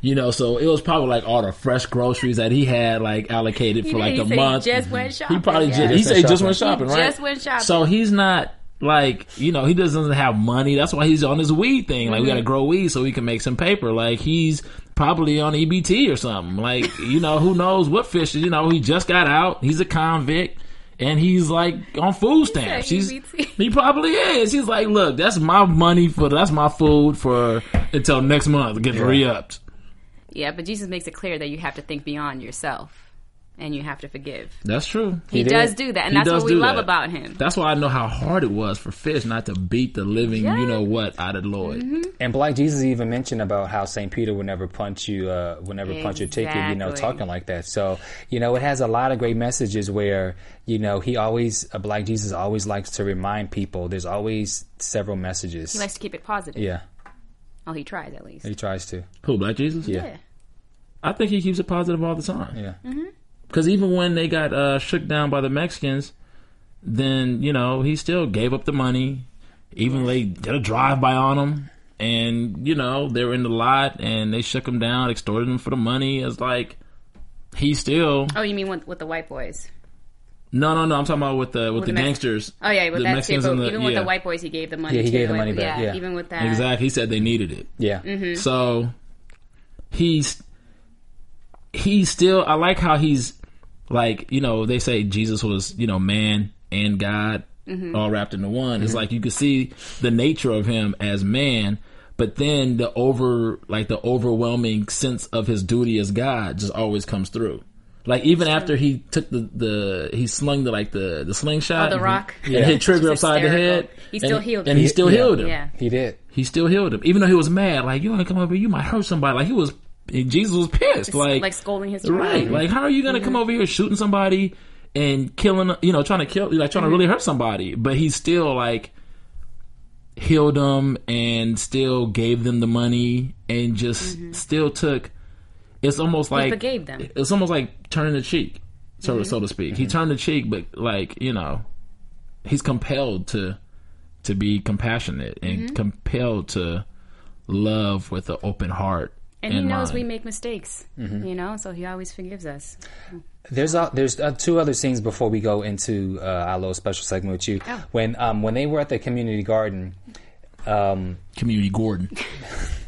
[SPEAKER 3] you know, so it was probably like all the fresh groceries that he had like allocated for like
[SPEAKER 2] he
[SPEAKER 3] a
[SPEAKER 2] said he
[SPEAKER 3] month.
[SPEAKER 2] just went
[SPEAKER 3] He
[SPEAKER 2] shopping,
[SPEAKER 3] probably just,
[SPEAKER 2] yeah.
[SPEAKER 3] he said he just
[SPEAKER 4] Just
[SPEAKER 3] went
[SPEAKER 4] went
[SPEAKER 3] shopping, right?
[SPEAKER 2] Just went shopping.
[SPEAKER 3] So he's not like you know he doesn't have money. That's why he's on his weed thing. Like we got to grow weed so we can make some paper. Like he's probably on EBT or something. Like you know who knows what fish. You know he just got out. He's a convict. And he's like on food stamps. He's,
[SPEAKER 2] EBT.
[SPEAKER 3] he probably is. He's like, look, that's my money for that's my food for until next month. Get re-upped.
[SPEAKER 2] Yeah, but Jesus makes it clear that you have to think beyond yourself and you have to forgive.
[SPEAKER 3] That's true.
[SPEAKER 2] He,
[SPEAKER 4] did.
[SPEAKER 2] does do that, and
[SPEAKER 3] He
[SPEAKER 2] that's
[SPEAKER 3] does
[SPEAKER 2] what we
[SPEAKER 3] do
[SPEAKER 2] love
[SPEAKER 3] that.
[SPEAKER 2] about him.
[SPEAKER 3] That's why I know how hard it was for Fish not to beat the living, you
[SPEAKER 2] Yeah.
[SPEAKER 3] know what, out of Lloyd.
[SPEAKER 4] And Black Jesus even mentioned about how Saint Peter would never punch you, uh, would never punch your ticket, you know,
[SPEAKER 2] Exactly.
[SPEAKER 4] talking like that. So you know, it has a lot of great messages where you know he always, uh, Black Jesus always likes to remind people. There's always several messages.
[SPEAKER 2] He likes to keep it positive.
[SPEAKER 4] yeah,
[SPEAKER 2] Oh, he tries at least.
[SPEAKER 4] he tries to.
[SPEAKER 3] Who, Black Jesus?
[SPEAKER 4] Yeah.
[SPEAKER 2] Yeah.
[SPEAKER 3] I think he keeps it positive all the time.
[SPEAKER 4] Yeah.
[SPEAKER 2] Mm-hmm.
[SPEAKER 3] Because even when they got uh, shook down by the Mexicans, then, you know, he still gave up the money. Even they did a drive by on him. And, you know, they were in the lot and they shook him down, extorted him for the money. It's like, he still.
[SPEAKER 2] Oh, you mean with, with the white boys?
[SPEAKER 3] No, no, no. I'm talking about with the, with
[SPEAKER 2] the
[SPEAKER 3] the,
[SPEAKER 2] Mex-
[SPEAKER 3] gangsters.
[SPEAKER 2] Oh yeah, with
[SPEAKER 3] The
[SPEAKER 2] that too.
[SPEAKER 3] Mexicans
[SPEAKER 2] But
[SPEAKER 3] and the-
[SPEAKER 2] even with
[SPEAKER 3] yeah.
[SPEAKER 2] the white boys, he gave the money.
[SPEAKER 4] Yeah, he
[SPEAKER 2] too.
[SPEAKER 4] gave the
[SPEAKER 2] And-
[SPEAKER 4] money back, yeah.
[SPEAKER 2] even with that.
[SPEAKER 3] Exactly. He said they needed it.
[SPEAKER 4] Yeah.
[SPEAKER 2] Mm-hmm.
[SPEAKER 3] So he's he's still I like how he's like, you know, they say Jesus was, you know, man and God
[SPEAKER 2] Mm-hmm.
[SPEAKER 3] all wrapped into one. It's like you can see the nature of him as man, but then the over like the overwhelming sense of his duty as God just always comes through. Like even after he took the, the he slung the like the the slingshot,
[SPEAKER 2] Oh, the rock.
[SPEAKER 3] and
[SPEAKER 2] Yeah.
[SPEAKER 3] hit Trigger
[SPEAKER 2] It's
[SPEAKER 3] upside the head.
[SPEAKER 2] hysterical. He still
[SPEAKER 3] and,
[SPEAKER 2] healed
[SPEAKER 3] and
[SPEAKER 2] him.
[SPEAKER 3] he still
[SPEAKER 4] Yeah.
[SPEAKER 3] healed him
[SPEAKER 2] Yeah.
[SPEAKER 4] He did.
[SPEAKER 3] he still healed him, even though he was mad. Like you ain't come over, here, you might hurt somebody. Like he was, and Jesus was pissed. Like
[SPEAKER 2] like scolding his child.
[SPEAKER 3] right. Like how are you gonna come over here shooting somebody and killing? You know, trying to kill, like trying to really hurt somebody. But he still like healed them and still gave them the money and just still took. It's almost like
[SPEAKER 2] Mm-hmm. forgave them. Mm-hmm.
[SPEAKER 3] It's almost like turning the cheek, so so to speak. He turned the cheek, but like you know, he's compelled to to be compassionate and
[SPEAKER 2] Mm-hmm.
[SPEAKER 3] compelled to love with an open heart.
[SPEAKER 2] And he knows we
[SPEAKER 3] mind.
[SPEAKER 2] make mistakes,
[SPEAKER 4] Mm-hmm.
[SPEAKER 2] you know, so he always forgives us.
[SPEAKER 4] There's uh, there's uh, two other scenes before we go into uh, our little special segment with you.
[SPEAKER 2] Oh.
[SPEAKER 4] When um when they were at the community garden, um
[SPEAKER 3] community Gordon.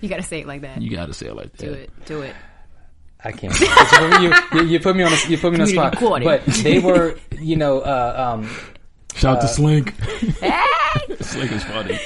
[SPEAKER 2] You got to say it like that.
[SPEAKER 3] You got to say it like that.
[SPEAKER 2] do it. Do it.
[SPEAKER 4] I can't. 'Cause you, put me- you- you- you put me on a, you put me on a spot.
[SPEAKER 2] Community garden.
[SPEAKER 4] But they were you know uh, um
[SPEAKER 3] Shout out to Slink. Slink is funny.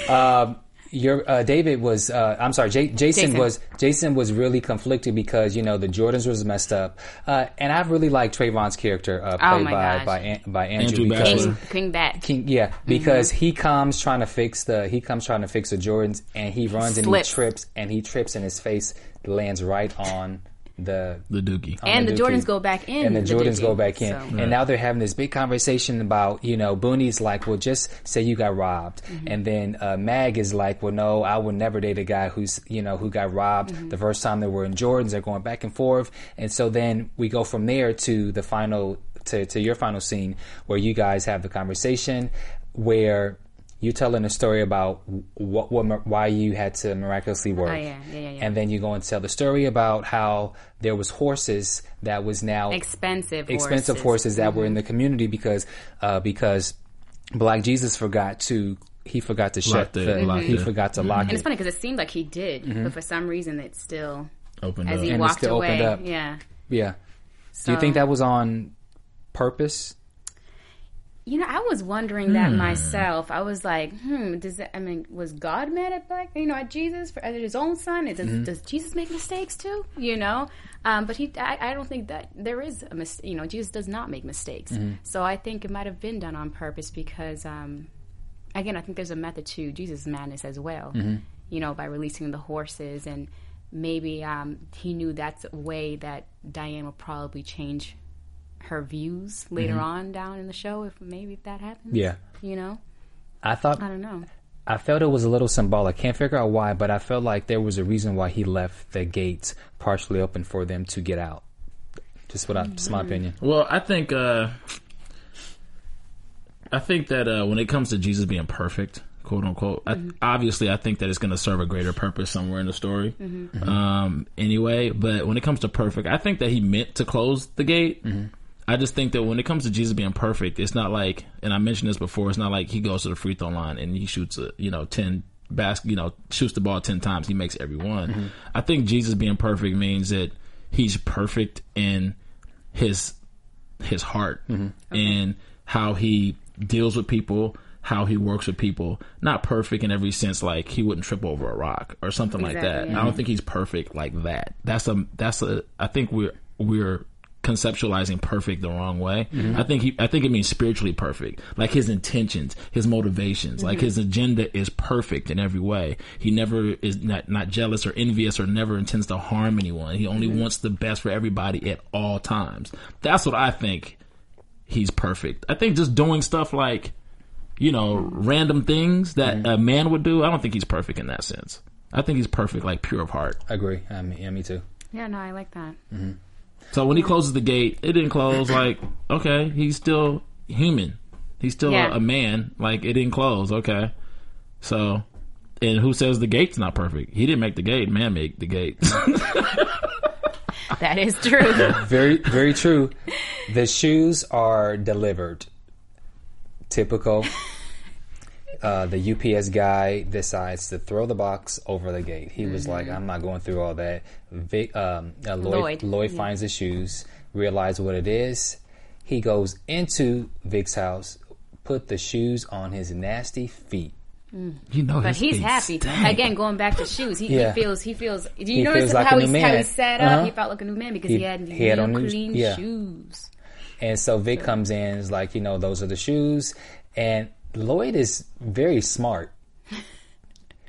[SPEAKER 4] your uh, David was uh, I'm sorry J- Jason,
[SPEAKER 2] Jason.
[SPEAKER 4] was Jason was really conflicted because you know the Jordans was messed up uh, and I really like Trayvon's character uh,
[SPEAKER 2] Oh
[SPEAKER 4] played
[SPEAKER 2] my
[SPEAKER 4] by
[SPEAKER 2] gosh. Mm-hmm.
[SPEAKER 4] by, An- by Andrew,
[SPEAKER 3] Andrew
[SPEAKER 4] because
[SPEAKER 3] Bachelor.
[SPEAKER 2] King, King back.
[SPEAKER 4] King, yeah, because he comes trying to fix the he comes trying to fix the Jordans and he runs and he
[SPEAKER 2] Slips.
[SPEAKER 4] trips and he trips and his face lands right on the
[SPEAKER 3] The Dookie.
[SPEAKER 2] And the
[SPEAKER 4] Dookie.
[SPEAKER 2] Jordans go back in.
[SPEAKER 4] and the Jordans
[SPEAKER 2] Dookie.
[SPEAKER 4] go back in.
[SPEAKER 2] So-
[SPEAKER 4] And now they're having this big conversation about, you know, Booney's like, well, just say you got robbed.
[SPEAKER 2] Mm-hmm.
[SPEAKER 4] And then uh, Mag is like, well, no, I would never date a guy who's, you know, who got robbed
[SPEAKER 2] Mm-hmm.
[SPEAKER 4] the first time they were in Jordans. They're going back and forth. And so then we go from there to the final, to, to your final scene where you guys have the conversation where you're telling a story about what, what why you had to miraculously work.
[SPEAKER 2] Oh, yeah, yeah, yeah, yeah.
[SPEAKER 4] And then you go and tell the story about how there was horses that was now
[SPEAKER 2] Expensive
[SPEAKER 4] expensive horses that
[SPEAKER 2] Mm-hmm.
[SPEAKER 4] were in the community because uh, because Black Jesus forgot to he forgot to shut
[SPEAKER 3] Locked it,
[SPEAKER 4] the
[SPEAKER 3] locked
[SPEAKER 4] he
[SPEAKER 3] it.
[SPEAKER 4] forgot to lock
[SPEAKER 2] Mm-hmm. And it's
[SPEAKER 4] it.
[SPEAKER 2] funny because it seemed like he did, but for some reason it still,
[SPEAKER 3] Open
[SPEAKER 2] as
[SPEAKER 3] up.
[SPEAKER 2] he
[SPEAKER 4] Mm-hmm. And it
[SPEAKER 2] walked
[SPEAKER 4] still opened
[SPEAKER 2] away.
[SPEAKER 4] up.
[SPEAKER 2] Yeah.
[SPEAKER 4] Yeah. Do you
[SPEAKER 2] So-
[SPEAKER 4] think that was on purpose?
[SPEAKER 2] You know, I was wondering that myself. I was like, hmm, does that, I mean, was God mad at black, you know, at Jesus for at his own son? Is, Does Jesus make mistakes too? You know, um, but he, I, I don't think that there is a mistake. You know, Jesus does not make mistakes. So I think it might have been done on purpose because, um, again, I think there's a method to Jesus' madness as well. You know, by releasing the horses and maybe um, he knew that's a way that Diane will probably change her views later on down in the show if maybe if that happens.
[SPEAKER 4] Mm-hmm. Yeah.
[SPEAKER 2] You know?
[SPEAKER 4] I thought
[SPEAKER 2] I don't know.
[SPEAKER 4] I felt it was a little symbolic. Can't figure out why, but I felt like there was a reason why he left the gates partially open for them to get out. Just what I, just
[SPEAKER 2] Mm-hmm.
[SPEAKER 4] my opinion.
[SPEAKER 3] Well, I think uh, I think that uh, when it comes to Jesus being perfect, quote unquote, I, obviously I think that it's going to serve a greater purpose somewhere in the story. Um, anyway, but when it comes to perfect, I think that he meant to close the gate. I just think that when it comes to Jesus being perfect, it's not like, and I mentioned this before, it's not like he goes to the free throw line and he shoots a, you know, 10 basket, you know, shoots the ball 10 times. He makes every one. I think Jesus being perfect means that he's perfect in his his heart and how he deals with people, how he works with people. Not perfect in every sense, like he wouldn't trip over a rock or something like that.
[SPEAKER 2] Exactly,
[SPEAKER 3] I don't think he's perfect like that. That's a that's a. I think we're we're conceptualizing perfect the wrong way. I think he I think it means spiritually perfect. Like his intentions, his motivations, like his agenda is perfect in every way. He never is not not jealous or envious or never intends to harm anyone. He only wants the best for everybody at all times. That's what I think he's perfect. I think just doing stuff like, you know, random things that a man would do, I don't think he's perfect in that sense. I think he's perfect, like pure of heart.
[SPEAKER 4] I agree. I mean, yeah, me too.
[SPEAKER 2] Yeah, no, I like that.
[SPEAKER 3] So when he closes the gate, it didn't close. Like, okay, he's still human. He's still
[SPEAKER 2] Yeah.
[SPEAKER 3] a, a man. Like, it didn't close. Okay. So, and who says the gate's not perfect? He didn't make the gate. Man made the gate.
[SPEAKER 2] That is true.
[SPEAKER 4] Very, very true. The shoes are delivered. Typical. Uh, the UPS guy decides to throw the box over the gate. He was like, "I'm not going through all that." Vic, um, uh, Lloyd, Lloyd,
[SPEAKER 2] Lloyd.
[SPEAKER 4] finds the shoes, realizes what it is. He goes into Vic's house, put the shoes on his nasty feet.
[SPEAKER 3] you know,
[SPEAKER 2] But
[SPEAKER 3] his
[SPEAKER 2] he's
[SPEAKER 3] feet
[SPEAKER 2] happy.
[SPEAKER 3] stink.
[SPEAKER 2] Again, going back to shoes, he,
[SPEAKER 4] Yeah.
[SPEAKER 2] he feels he feels. Do you
[SPEAKER 4] He
[SPEAKER 2] notice
[SPEAKER 4] feels like
[SPEAKER 2] how,
[SPEAKER 4] a new
[SPEAKER 2] he's, how
[SPEAKER 4] man.
[SPEAKER 2] he sat up?
[SPEAKER 4] Uh-huh.
[SPEAKER 2] He felt like a new man because
[SPEAKER 4] He-
[SPEAKER 2] he, had
[SPEAKER 4] he had
[SPEAKER 2] new
[SPEAKER 4] on new-
[SPEAKER 2] clean
[SPEAKER 4] yeah.
[SPEAKER 2] shoes.
[SPEAKER 4] And so Vic comes in, is like, you know, those are the shoes. And Lloyd is very smart.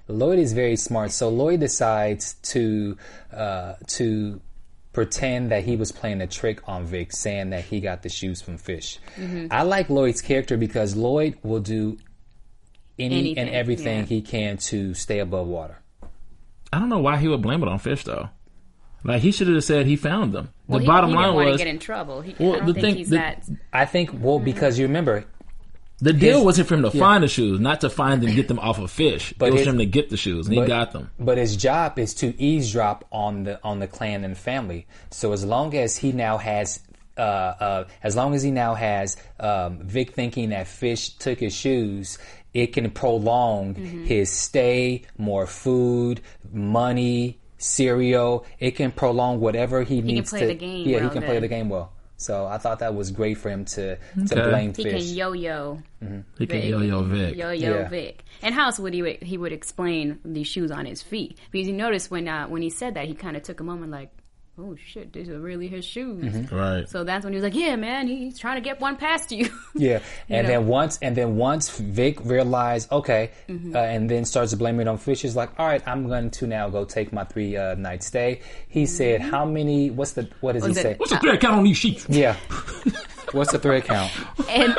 [SPEAKER 4] Lloyd is very smart. So Lloyd decides to uh, to pretend that he was playing a trick on Vic, saying that he got the shoes from Fish.
[SPEAKER 2] Mm-hmm.
[SPEAKER 4] I like Lloyd's character because Lloyd will do any and
[SPEAKER 2] Anything,
[SPEAKER 4] everything
[SPEAKER 2] yeah.
[SPEAKER 4] he can to stay above water.
[SPEAKER 3] I don't know why he would blame it on fish though. Like he should have said he found them. The
[SPEAKER 2] Well, he-
[SPEAKER 3] bottom
[SPEAKER 2] he
[SPEAKER 3] line
[SPEAKER 2] didn't want
[SPEAKER 3] was
[SPEAKER 2] to get in trouble. He,
[SPEAKER 3] Well,
[SPEAKER 2] I don't
[SPEAKER 3] the
[SPEAKER 2] think
[SPEAKER 3] thing-
[SPEAKER 2] he's
[SPEAKER 3] the-
[SPEAKER 2] that.
[SPEAKER 4] I think well
[SPEAKER 2] Mm-hmm.
[SPEAKER 4] because you remember
[SPEAKER 3] The deal
[SPEAKER 4] His-
[SPEAKER 3] wasn't for him to
[SPEAKER 4] yeah.
[SPEAKER 3] find the shoes, not to find them, get them off of fish.
[SPEAKER 4] But
[SPEAKER 3] it was
[SPEAKER 4] his-
[SPEAKER 3] for him to get the shoes, and he
[SPEAKER 4] but-
[SPEAKER 3] got them.
[SPEAKER 4] But his job is to eavesdrop on the on the clan and family. So as long as he now has, uh, uh, as long as he now has um, Vic thinking that Fish took his shoes, it can prolong his stay, more food, money, cereal. It can prolong whatever he, needs
[SPEAKER 2] play
[SPEAKER 4] to.
[SPEAKER 2] the game
[SPEAKER 4] yeah, he
[SPEAKER 2] well
[SPEAKER 4] can play
[SPEAKER 2] then.
[SPEAKER 4] the game well. So I thought that was great for him to to
[SPEAKER 3] Okay.
[SPEAKER 4] blame
[SPEAKER 2] He
[SPEAKER 4] Fish.
[SPEAKER 2] can yo-yo,
[SPEAKER 3] He can yo yo Vic.
[SPEAKER 2] yo-yo
[SPEAKER 4] Yeah.
[SPEAKER 2] Vic. And how else would he he would explain the shoes on his feet? Because you notice when uh, when he said that, he kind of took a moment, like, "Oh shit, these are really his shoes."
[SPEAKER 4] Mm-hmm.
[SPEAKER 3] Right.
[SPEAKER 2] So that's when he was like, "Yeah, man, he's trying to get one past you."
[SPEAKER 4] Yeah, and
[SPEAKER 2] know.
[SPEAKER 4] then once and then once Vic realized, okay, uh, and then starts to blame it on Fish. He's like, all right, I'm going to now go take my three uh, night stay. He said, how many? What's the what does
[SPEAKER 2] Was
[SPEAKER 4] he
[SPEAKER 2] it-
[SPEAKER 4] say?
[SPEAKER 3] What's the thread count on these sheets?
[SPEAKER 4] Yeah, what's the thread count?
[SPEAKER 2] and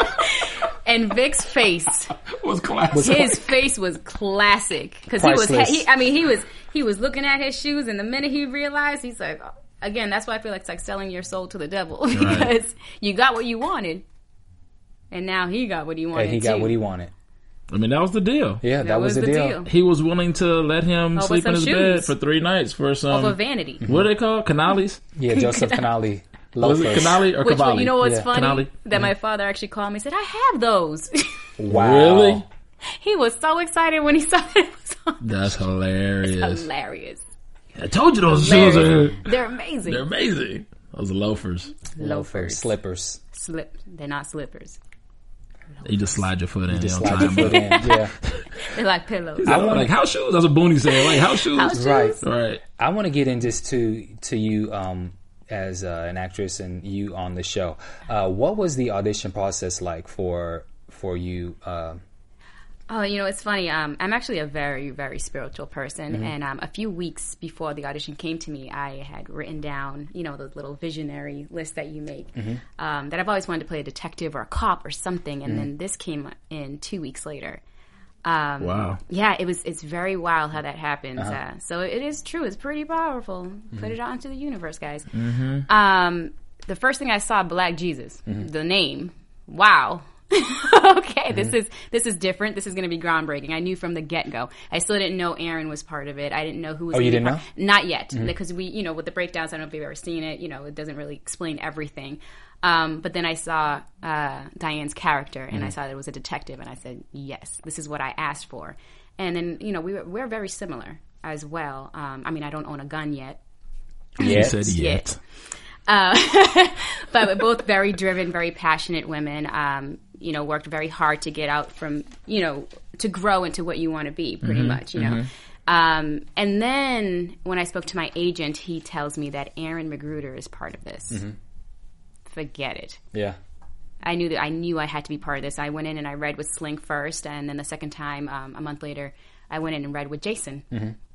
[SPEAKER 2] and Vic's face,
[SPEAKER 3] Was classic.
[SPEAKER 2] his face was classic because he was.
[SPEAKER 4] Priceless.
[SPEAKER 2] He, I mean, he was he was looking at his shoes, and the minute he realized, he's like, oh. again, that's why I feel like it's like selling your soul to the devil because you got what you wanted, and now he got what he wanted.
[SPEAKER 4] And he got
[SPEAKER 2] too.
[SPEAKER 4] what he wanted.
[SPEAKER 3] I mean, that was the deal.
[SPEAKER 4] Yeah, that, was, the deal.
[SPEAKER 3] He was willing to let him
[SPEAKER 2] Over
[SPEAKER 3] sleep in
[SPEAKER 2] Oh, some
[SPEAKER 3] his bed
[SPEAKER 2] shoes.
[SPEAKER 3] for three nights for some.
[SPEAKER 4] Um,
[SPEAKER 2] Over vanity.
[SPEAKER 3] what are they called? Canales?
[SPEAKER 4] Yeah, Joseph Canali.
[SPEAKER 3] Was it Canali or
[SPEAKER 2] Which
[SPEAKER 3] Cavalli?
[SPEAKER 2] you know what's
[SPEAKER 4] Yeah.
[SPEAKER 2] funny?
[SPEAKER 3] Canali.
[SPEAKER 2] That my father actually called me and said, I have those.
[SPEAKER 4] Wow.
[SPEAKER 3] Really?
[SPEAKER 2] he was so excited when he saw that it was on.
[SPEAKER 3] That's hilarious.
[SPEAKER 2] Hilarious.
[SPEAKER 3] I told you those shoes
[SPEAKER 2] Hilarious.
[SPEAKER 3] are
[SPEAKER 2] They're amazing.
[SPEAKER 3] they're amazing. Those loafers.
[SPEAKER 2] Loafers.
[SPEAKER 4] Slippers.
[SPEAKER 2] Slip. They're not slippers.
[SPEAKER 3] You just slide your foot in.
[SPEAKER 4] Just
[SPEAKER 3] you
[SPEAKER 4] slide your foot in. Yeah.
[SPEAKER 2] They're like pillows.
[SPEAKER 3] I want like house shoes. That's what Booney said. Like house shoes.
[SPEAKER 2] House shoes.
[SPEAKER 4] Right.
[SPEAKER 3] Right.
[SPEAKER 4] I want to get in just to to you um, as uh, an actress and you on the show. Uh, what was the audition process like for for you? Uh,
[SPEAKER 2] Oh, you know, it's funny. Um, I'm actually a very, very spiritual person, and um, a few weeks before the audition came to me, I had written down, you know, those little visionary lists that you make. Um, that I've always wanted to play a detective or a cop or something, and then this came in two weeks later. Um,
[SPEAKER 3] Wow.
[SPEAKER 2] Yeah, it was. It's very wild how that happens. uh so it is true. It's pretty powerful. Put it out into the universe, guys. Um, the first thing I saw, Black Jesus,
[SPEAKER 4] Mm-hmm.
[SPEAKER 2] the name. Wow. okay, this
[SPEAKER 4] Mm-hmm.
[SPEAKER 2] is this is different. This is going to be groundbreaking. I knew from the get go. I still didn't know Aaron was part of it. I didn't know who was.
[SPEAKER 4] Oh, you
[SPEAKER 2] gonna be
[SPEAKER 4] didn't Mm-hmm.
[SPEAKER 2] part- Not yet, because we, you know, with the breakdowns, I don't know if you've ever seen it. You know, it doesn't really explain everything. Um, but then I saw uh, Diane's character, and
[SPEAKER 4] Mm-hmm.
[SPEAKER 2] I saw that it was a detective, and I said, "Yes, this is what I asked for." And then, you know, we were, we're very similar as well. Um, I mean, I don't own a gun yet,
[SPEAKER 3] You
[SPEAKER 4] yes.
[SPEAKER 3] said yet.
[SPEAKER 2] but we're both very driven, very passionate women. Um, you know, worked very hard to get out from you know to grow into what you want to be, pretty much. You know. Um, and then when I spoke to my agent, he tells me that Aaron Magruder is part of this. Forget it.
[SPEAKER 4] Yeah.
[SPEAKER 2] I knew that I knew I had to be part of this. I went in and I read with Slink first, and then the second time, um, a month later, I went in and read with Jason,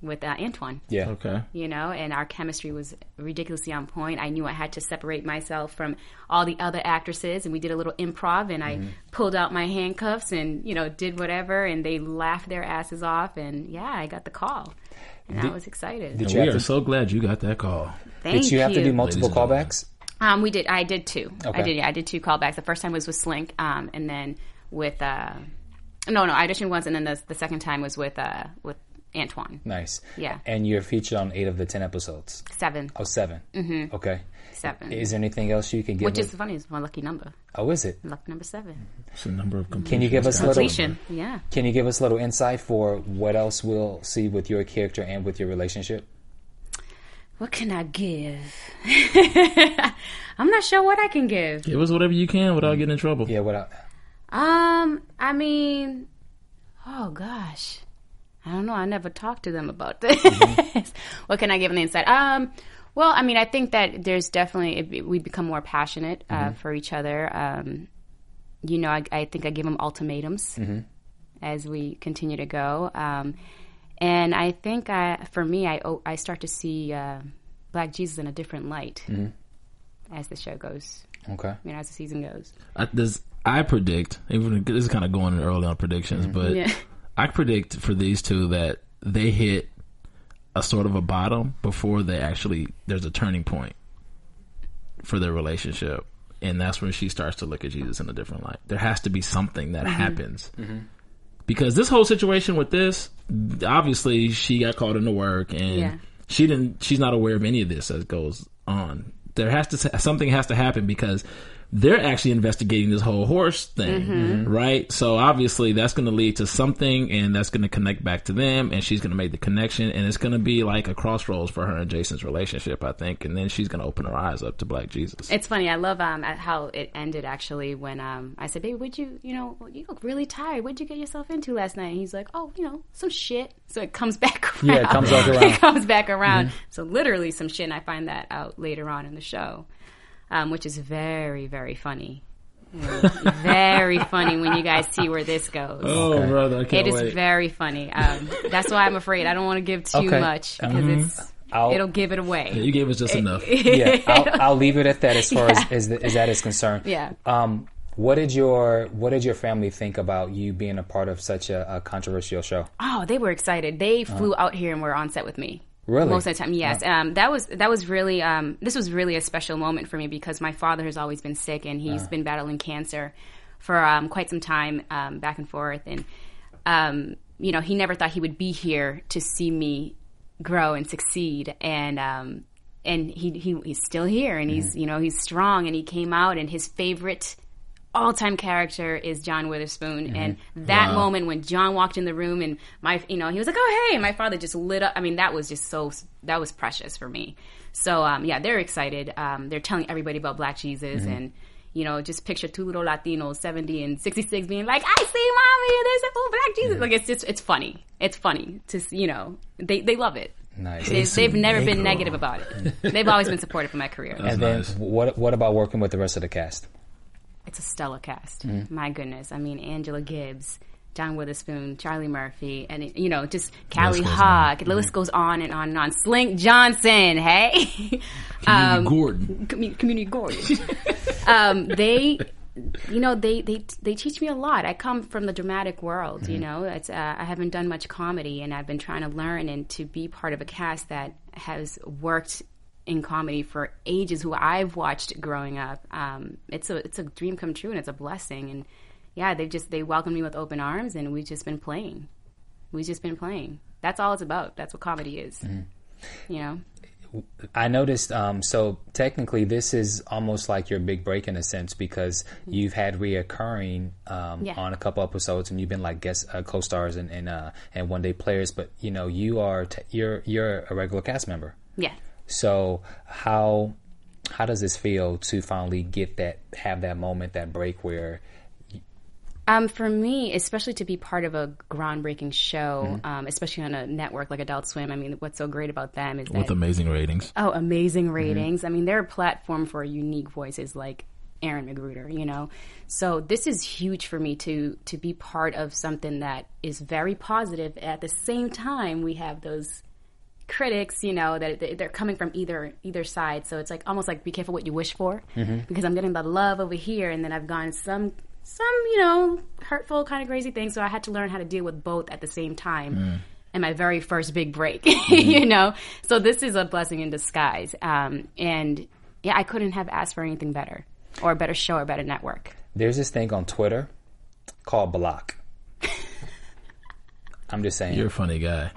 [SPEAKER 2] with uh, Antoine
[SPEAKER 4] Yeah.
[SPEAKER 3] Okay.
[SPEAKER 2] you know, and our chemistry was ridiculously on point. I knew I had to separate myself from all the other actresses, and we did a little improv, and
[SPEAKER 4] Mm-hmm.
[SPEAKER 2] I pulled out my handcuffs and, you know, did whatever, and they laughed their asses off, and yeah, I got the call. And I was excited.
[SPEAKER 4] Did you
[SPEAKER 3] We
[SPEAKER 4] have
[SPEAKER 3] are
[SPEAKER 4] to,
[SPEAKER 3] so glad you got that call.
[SPEAKER 2] Thank
[SPEAKER 4] did you have to do multiple
[SPEAKER 3] Ladies and gentlemen.
[SPEAKER 4] callbacks?
[SPEAKER 2] Um, we did. I did two.
[SPEAKER 4] Okay.
[SPEAKER 2] I did. I did two callbacks. The first time was with Slink, um, and then with uh, no, no, I auditioned once, and then the, the second time was with uh, with Antoine.
[SPEAKER 4] Nice.
[SPEAKER 2] Yeah.
[SPEAKER 4] And you're featured on eight of the ten episodes.
[SPEAKER 2] Seven,
[SPEAKER 4] Oh, seven. Mm-hmm. Okay.
[SPEAKER 2] seven.
[SPEAKER 4] Is there anything else you can give?
[SPEAKER 2] which
[SPEAKER 4] us?
[SPEAKER 2] is funny. It's my lucky number.
[SPEAKER 4] oh, is it?
[SPEAKER 2] Lucky number seven.
[SPEAKER 3] It's a number of
[SPEAKER 4] Can you give us a little?
[SPEAKER 2] Completion. Yeah.
[SPEAKER 4] Can you give us a little insight for what else we'll see with your character and with your relationship?
[SPEAKER 2] What can I give? I'm not sure what I can give.
[SPEAKER 3] Give us whatever you can without getting in trouble.
[SPEAKER 4] Yeah. What? I-
[SPEAKER 2] Um, I mean, oh gosh, I don't know. I never talked to them about this. what can I give an insight? Um, well, I mean, I think that there's definitely it, be- we become more passionate uh, for each other. Um, you know, I, I think I give them ultimatums as we continue to go. Um, and I think I, for me, I o- I start to see uh, Black Jesus in a different light as the show goes.
[SPEAKER 4] Okay.
[SPEAKER 2] You know, as the season goes.
[SPEAKER 3] I, this, I predict, even this is kind of going early on predictions, but
[SPEAKER 2] Yeah.
[SPEAKER 3] I predict for these two that they hit a sort of a bottom before they actually, there's a turning point for their relationship. And that's when she starts to look at Jesus in a different light. There has to be something
[SPEAKER 2] Mm-hmm.
[SPEAKER 3] that happens. Because this whole situation with this, obviously, she got called into work and
[SPEAKER 2] Yeah.
[SPEAKER 3] she didn't she's not aware of any of this that goes on there has to something has to happen because they're actually investigating this whole horse thing,
[SPEAKER 2] Mm-hmm.
[SPEAKER 3] right? So obviously that's going to lead to something and that's going to connect back to them and she's going to make the connection and it's going to be like a crossroads for her and Jason's relationship, I think. And then she's going to open her eyes up to Black Jesus.
[SPEAKER 2] It's funny. I love um, at how it ended actually when um, I said, "Baby, would you, you know, you look really tired. What'd you get yourself into last night?" And he's like, "Oh, you know, some shit." So it comes back. Around.
[SPEAKER 4] Yeah, it comes back around. Mm-hmm.
[SPEAKER 2] It comes back around. So literally some shit. And I find that out later on in the show, um, which is very very funny. very funny when you guys see where this goes.
[SPEAKER 3] Oh, brother, I
[SPEAKER 2] It
[SPEAKER 3] can't
[SPEAKER 2] is
[SPEAKER 3] wait.
[SPEAKER 2] very funny. Um, that's why I'm afraid I don't want to give too
[SPEAKER 4] Okay. Mm-hmm.
[SPEAKER 2] much because it's
[SPEAKER 4] I'll-
[SPEAKER 2] it'll give it away.
[SPEAKER 3] you gave us just enough.
[SPEAKER 4] yeah, I'll, I'll leave it at that as far as, as, as that is concerned.
[SPEAKER 2] Yeah.
[SPEAKER 4] Um, what did your What did your family think about you being a part of such a, a controversial show?
[SPEAKER 2] Oh, they were excited. They flew out here and were on set with me.
[SPEAKER 4] Really?
[SPEAKER 2] Most of the time, yes. Um, that was that was really um, this was really a special moment for me because my father has always been sick and he's been battling cancer for um, quite some time um, back and forth and um, you know he never thought he would be here to see me grow and succeed and um, and he, he he's still here and he's you know he's strong and he came out and his favorite all-time character is John Witherspoon, and that moment when John walked in the room and my, you know, he was like, "Oh hey!" and my father just lit up. I mean, that was just so that was precious for me. So um, yeah, they're excited. Um, they're telling everybody about Black Jesus and. You know, just picture two little Latinos, seventy and sixty-six, being like, "I see, mommy, there's a oh, black Jesus." Like it's just, it's funny. It's funny to see- you know, they they love it.
[SPEAKER 4] Nice.
[SPEAKER 2] They, they've never been negative about it. They've always been supportive of my career.
[SPEAKER 4] and then what What about working with the rest of the cast?
[SPEAKER 2] it's a stellar cast. My goodness. I mean, Angela Gibbs, John Witherspoon, Charlie Murphy, and it- you know, just Callie Hawk. The list goes on and on and on. Slink Johnson, hey, Um,
[SPEAKER 3] Gordon.
[SPEAKER 2] Commu- community Gordon. um, they, you know, they, they they teach me a lot. I come from the dramatic world. You know, it's, uh, I haven't done much comedy, and I've been trying to learn and to be part of a cast that has worked in comedy for ages, who I've watched growing up. Um, it's a it's a dream come true, and it's a blessing. And yeah, they just they welcomed me with open arms, and we've just been playing. We've just been playing. That's all it's about. That's what comedy is. You know.
[SPEAKER 4] I noticed. Um, so technically, this is almost like your big break in a sense because you've had reoccurring um,
[SPEAKER 2] Mm-hmm. Yeah.
[SPEAKER 4] on a couple episodes, and you've been like guest uh, co-stars and and, uh, and one day players. But you know, you are t- you're you're a regular cast member.
[SPEAKER 2] Yeah.
[SPEAKER 4] So how how does this feel to finally get that have that moment that break where
[SPEAKER 2] Um, for me, especially to be part of a groundbreaking show, um, especially on a network like Adult Swim. I mean, what's so great about them is that
[SPEAKER 3] With amazing ratings.
[SPEAKER 2] oh, amazing ratings. I mean, they're a platform for unique voices like Aaron Magruder. You know, so this is huge for me to to be part of something that is very positive. At the same time, we have those critics you know that that they're coming from either either side so it's like almost like be careful what you wish for because i'm getting the love over here and then i've gotten some some you know hurtful kind of crazy things so i had to learn how to deal with both at the same time and my very first big break you know so this is a blessing in disguise um, and yeah i couldn't have asked for anything better or a better show or better network
[SPEAKER 4] there's this thing on Twitter called block. I'm just saying.
[SPEAKER 3] You're a funny guy.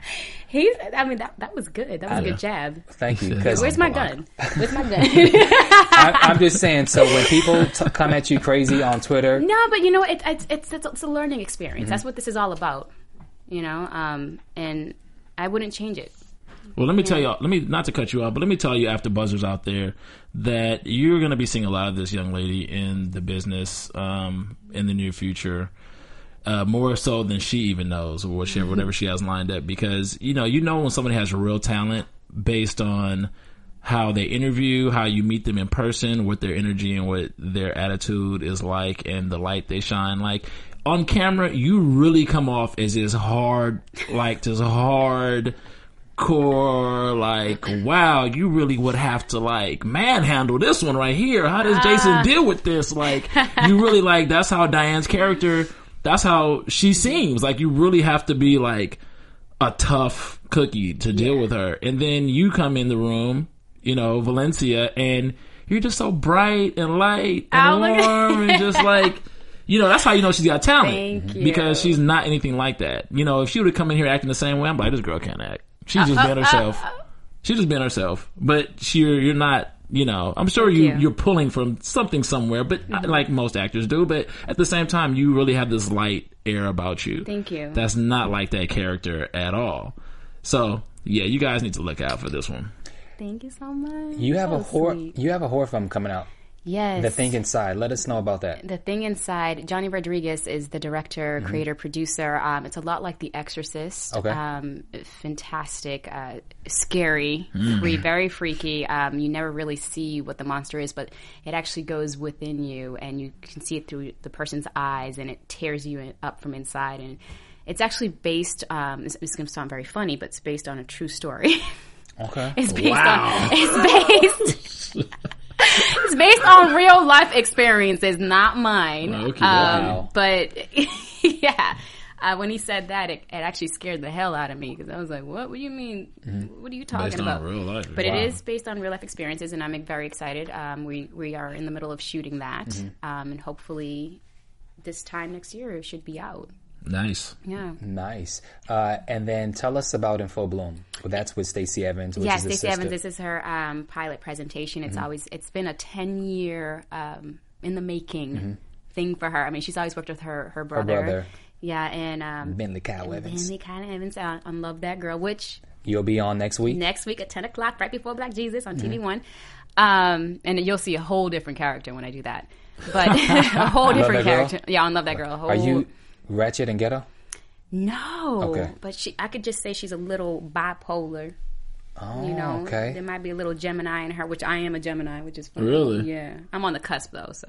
[SPEAKER 2] he's i mean that, that was good that was a good jab
[SPEAKER 4] Thank you. 'cause-
[SPEAKER 2] where's my gun where's my gun
[SPEAKER 4] I, I'm just saying. So when people t- come at you crazy on Twitter,
[SPEAKER 2] No, but you know, it, it's it's it's it's a learning experience. That's what this is all about, you know. Um, and I wouldn't change it.
[SPEAKER 3] Well, let me tell y'all. Let me not to cut you off, but let me tell you, after buzzers out there, that you're going to be seeing a lot of this young lady in the business um, in the near future, uh, more so than she even knows or what she, whatever she has lined up. Because you know, you know when somebody has real talent based on how they interview, how you meet them in person, what their energy and what their attitude is like, and the light they shine like. On camera, you really come off as this hard, like this hard core like wow you really would have to like manhandle this one right here how does jason deal with this like you really like that's how diane's character that's how she seems like you really have to be like a tough cookie to deal with her and then you come in the room you know valencia and you're just so bright and light and
[SPEAKER 2] Oh my God.
[SPEAKER 3] warm and just like you know that's how you know she's got talent
[SPEAKER 2] Thank you.
[SPEAKER 3] because she's not anything like that. You know, if she would have come in here acting the same way, I'm like, this girl can't act. She's just being herself. She's just being herself. But she, you're not you know, I'm sure you,
[SPEAKER 2] you. Mm-hmm.
[SPEAKER 3] you. are pulling from something somewhere, but uh, like most actors do. But at the same time, you really have this light air about you.
[SPEAKER 2] Thank you.
[SPEAKER 3] That's not like that character at all. So yeah, you guys need to look out for this one.
[SPEAKER 2] Thank you so much.
[SPEAKER 4] You have
[SPEAKER 2] So
[SPEAKER 4] a horror.
[SPEAKER 2] sweet.
[SPEAKER 4] You have a horror film coming out.
[SPEAKER 2] Yes.
[SPEAKER 4] The Thing Inside. Let us know about that.
[SPEAKER 2] The Thing Inside, Johnny Rodriguez is the director, creator, producer. Um, it's a lot like The Exorcist.
[SPEAKER 4] Okay.
[SPEAKER 2] Um, fantastic, uh, scary, free, very freaky. Um, you never really see what the monster is, but it actually goes within you, and you can see it through the person's eyes, and it tears you in- up from inside. And it's actually based. Um, it's, it's going to sound very funny, but it's based on a true story.
[SPEAKER 4] Okay.
[SPEAKER 2] It's based on it's based it's based on real life experiences, not mine. Uh,
[SPEAKER 3] Okay.
[SPEAKER 2] Oh.
[SPEAKER 4] Wow.
[SPEAKER 2] But yeah, uh, when he said that, it, it actually scared the hell out of me because I was like, "What? What do you mean? What are you talking
[SPEAKER 3] Mm-hmm. Based on
[SPEAKER 2] about?"
[SPEAKER 3] real life.
[SPEAKER 2] But
[SPEAKER 3] Wow.
[SPEAKER 2] it is based on real life experiences, and I'm very excited. Um, we we are in the middle of shooting that,
[SPEAKER 3] Mm-hmm.
[SPEAKER 2] um, and hopefully, this time next year it should be out.
[SPEAKER 3] nice.
[SPEAKER 2] Yeah.
[SPEAKER 4] Nice. Uh, and then tell us about In Full Bloom. Well, that's with Stacey Evans, which
[SPEAKER 2] Yes,
[SPEAKER 4] is
[SPEAKER 2] Stacey
[SPEAKER 4] his sister. Mm-hmm.
[SPEAKER 2] Evans. This is her um, pilot presentation. It's always it's been a ten year um, in the making thing for her. I mean, she's always worked with her her brother.
[SPEAKER 4] Mm-hmm. brother.
[SPEAKER 2] Yeah, and um,
[SPEAKER 4] Bentley Kyle Evans.
[SPEAKER 2] Bentley Kind of Evans on, on Love That Girl, which
[SPEAKER 4] You'll be on next week.
[SPEAKER 2] next week at ten o'clock, right before Black Jesus on
[SPEAKER 4] Mm-hmm.
[SPEAKER 2] TV One. Um, and you'll see a whole different character when I do that. But a whole
[SPEAKER 4] That
[SPEAKER 2] different
[SPEAKER 4] Girl?
[SPEAKER 2] character. Yeah, on Love That Girl. A whole
[SPEAKER 4] Are you
[SPEAKER 2] Oh.
[SPEAKER 4] ratchet and ghetto?
[SPEAKER 2] no,
[SPEAKER 4] Okay.
[SPEAKER 2] but she, I could just say she's a little bipolar. you know,
[SPEAKER 4] Oh, okay.
[SPEAKER 2] there might be a little Gemini in her, which I am a Gemini, which is funny.
[SPEAKER 3] Really?
[SPEAKER 2] yeah. I'm on the cusp though, so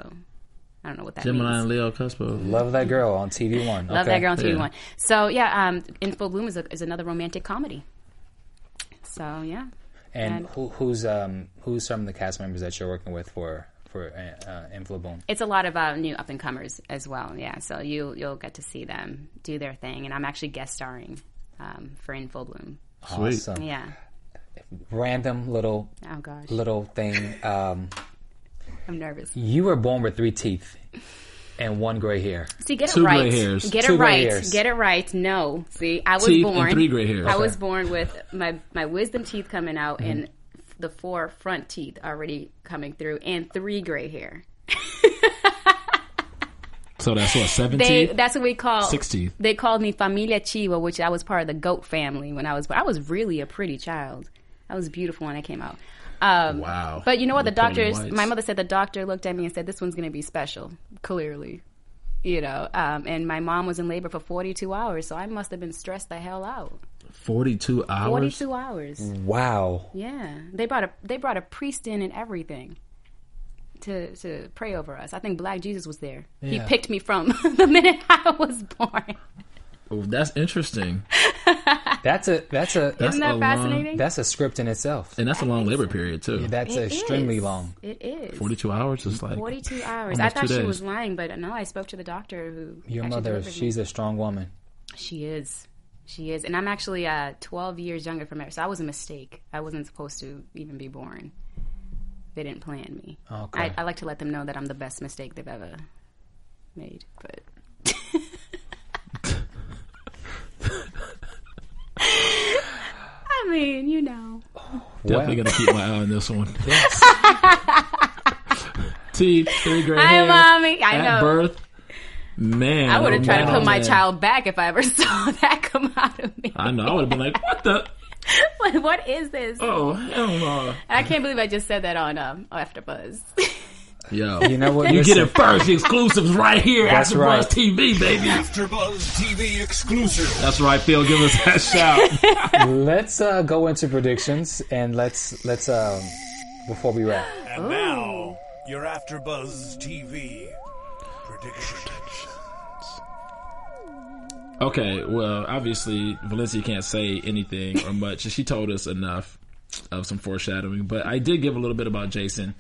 [SPEAKER 2] I don't know what that
[SPEAKER 3] Gemini
[SPEAKER 2] means.
[SPEAKER 3] and Leo Cuspo.
[SPEAKER 4] Love that girl on TV One.
[SPEAKER 2] Love that girl on
[SPEAKER 3] Yeah.
[SPEAKER 2] TV One. So yeah, um, In Full Bloom is, a, is another romantic comedy. So yeah,
[SPEAKER 4] And
[SPEAKER 2] And-
[SPEAKER 4] who, who's um who's some of the cast members that you're working with for for uh, uh, In Full Bloom?
[SPEAKER 2] it's a lot of uh, new up and comers as well. Yeah, so you you'll get to see them do their thing, and I'm actually guest starring um, for In Full Bloom.
[SPEAKER 3] Sweet.
[SPEAKER 4] Awesome.
[SPEAKER 2] Yeah.
[SPEAKER 4] Random little
[SPEAKER 2] Oh gosh,
[SPEAKER 4] little thing. Um,
[SPEAKER 2] I'm nervous.
[SPEAKER 4] you were born with three teeth and one gray hair.
[SPEAKER 2] See, get
[SPEAKER 3] Two
[SPEAKER 2] it
[SPEAKER 3] gray
[SPEAKER 2] right.
[SPEAKER 3] hairs.
[SPEAKER 2] Get
[SPEAKER 4] Two
[SPEAKER 2] it
[SPEAKER 4] gray
[SPEAKER 2] right.
[SPEAKER 4] hairs.
[SPEAKER 2] Get it right. No, see, I was
[SPEAKER 3] Teeth and
[SPEAKER 2] born
[SPEAKER 3] three gray hairs. Mm-hmm.
[SPEAKER 2] I was born with my my wisdom teeth coming out and f- the four front teeth already coming through and three gray hair.
[SPEAKER 3] So that's what
[SPEAKER 2] They
[SPEAKER 3] seventeen.
[SPEAKER 2] that's what we call
[SPEAKER 3] Six teeth.
[SPEAKER 2] They called me familia chiva, which I was part of the goat family when I was. I was really a pretty child. I was beautiful when I came out. Um,
[SPEAKER 3] Wow.
[SPEAKER 2] But you know what? The
[SPEAKER 3] You're pulling
[SPEAKER 2] doctors.
[SPEAKER 3] whites.
[SPEAKER 2] My mother said the doctor looked at me and said, "This one's going to be special." Clearly, you know. Um, and my mom was in labor for forty-two hours, so I must have been stressed the hell out.
[SPEAKER 3] Forty-two hours.
[SPEAKER 2] Forty-two hours.
[SPEAKER 4] Mm. Wow.
[SPEAKER 2] Yeah, they brought a they brought a priest in and everything to to pray over us. I think Black Jesus was there. He
[SPEAKER 4] Yeah.
[SPEAKER 2] picked me from the minute I was born.
[SPEAKER 3] Oh, that's interesting.
[SPEAKER 4] That's a that's a
[SPEAKER 2] Isn't
[SPEAKER 3] That's a
[SPEAKER 2] that
[SPEAKER 3] long-
[SPEAKER 2] fascinating?
[SPEAKER 4] Oh, that's a script in itself.
[SPEAKER 3] and that's a long labor period too.
[SPEAKER 4] That's
[SPEAKER 2] It
[SPEAKER 4] extremely
[SPEAKER 2] is.
[SPEAKER 4] long.
[SPEAKER 2] It is.
[SPEAKER 3] 42 hours is like
[SPEAKER 2] 42 hours. I
[SPEAKER 3] Almost
[SPEAKER 2] thought
[SPEAKER 3] two
[SPEAKER 2] she
[SPEAKER 3] days.
[SPEAKER 2] was lying, but no, I spoke to the doctor who.
[SPEAKER 4] Your
[SPEAKER 2] actually
[SPEAKER 4] mother,
[SPEAKER 2] delivered me.
[SPEAKER 4] she's a strong woman.
[SPEAKER 2] She is. She is. And I'm actually uh, 12 years younger from her, so I was a mistake. I wasn't supposed to even be born. They didn't plan me.
[SPEAKER 4] Okay.
[SPEAKER 2] I, I like to let them know that I'm the best mistake they've ever made, but. I mean, you know.
[SPEAKER 3] definitely
[SPEAKER 4] Wow.
[SPEAKER 3] gonna keep my eye on this one. Teeth, three gray
[SPEAKER 2] Hi,
[SPEAKER 3] hairs
[SPEAKER 2] mommy. I
[SPEAKER 3] at
[SPEAKER 2] know.
[SPEAKER 3] birth. Man,
[SPEAKER 2] I would have
[SPEAKER 3] oh,
[SPEAKER 2] tried to
[SPEAKER 3] man,
[SPEAKER 2] put
[SPEAKER 3] oh,
[SPEAKER 2] my
[SPEAKER 3] man.
[SPEAKER 2] child back if I ever saw that come out of me.
[SPEAKER 3] I know. I would have been like, what the?
[SPEAKER 2] Like, what is this?
[SPEAKER 3] Oh hell no!
[SPEAKER 2] I can't believe I just said that on um, AfterBuzz.
[SPEAKER 3] Yo,
[SPEAKER 4] You know what?
[SPEAKER 3] you
[SPEAKER 4] Listen,
[SPEAKER 3] get it first. Exclusives right here.
[SPEAKER 4] That's
[SPEAKER 3] After
[SPEAKER 4] right.
[SPEAKER 3] Buzz TV, baby.
[SPEAKER 1] AfterBuzz TV exclusive.
[SPEAKER 3] That's right, Phil. Give us that shout.
[SPEAKER 4] Let's uh, go into predictions and let's let's um, before we wrap.
[SPEAKER 1] And now, your AfterBuzz TV prediction.
[SPEAKER 3] okay, well, obviously Valencia can't say anything or much. She told us enough of some foreshadowing, but I did give a little bit about Jason.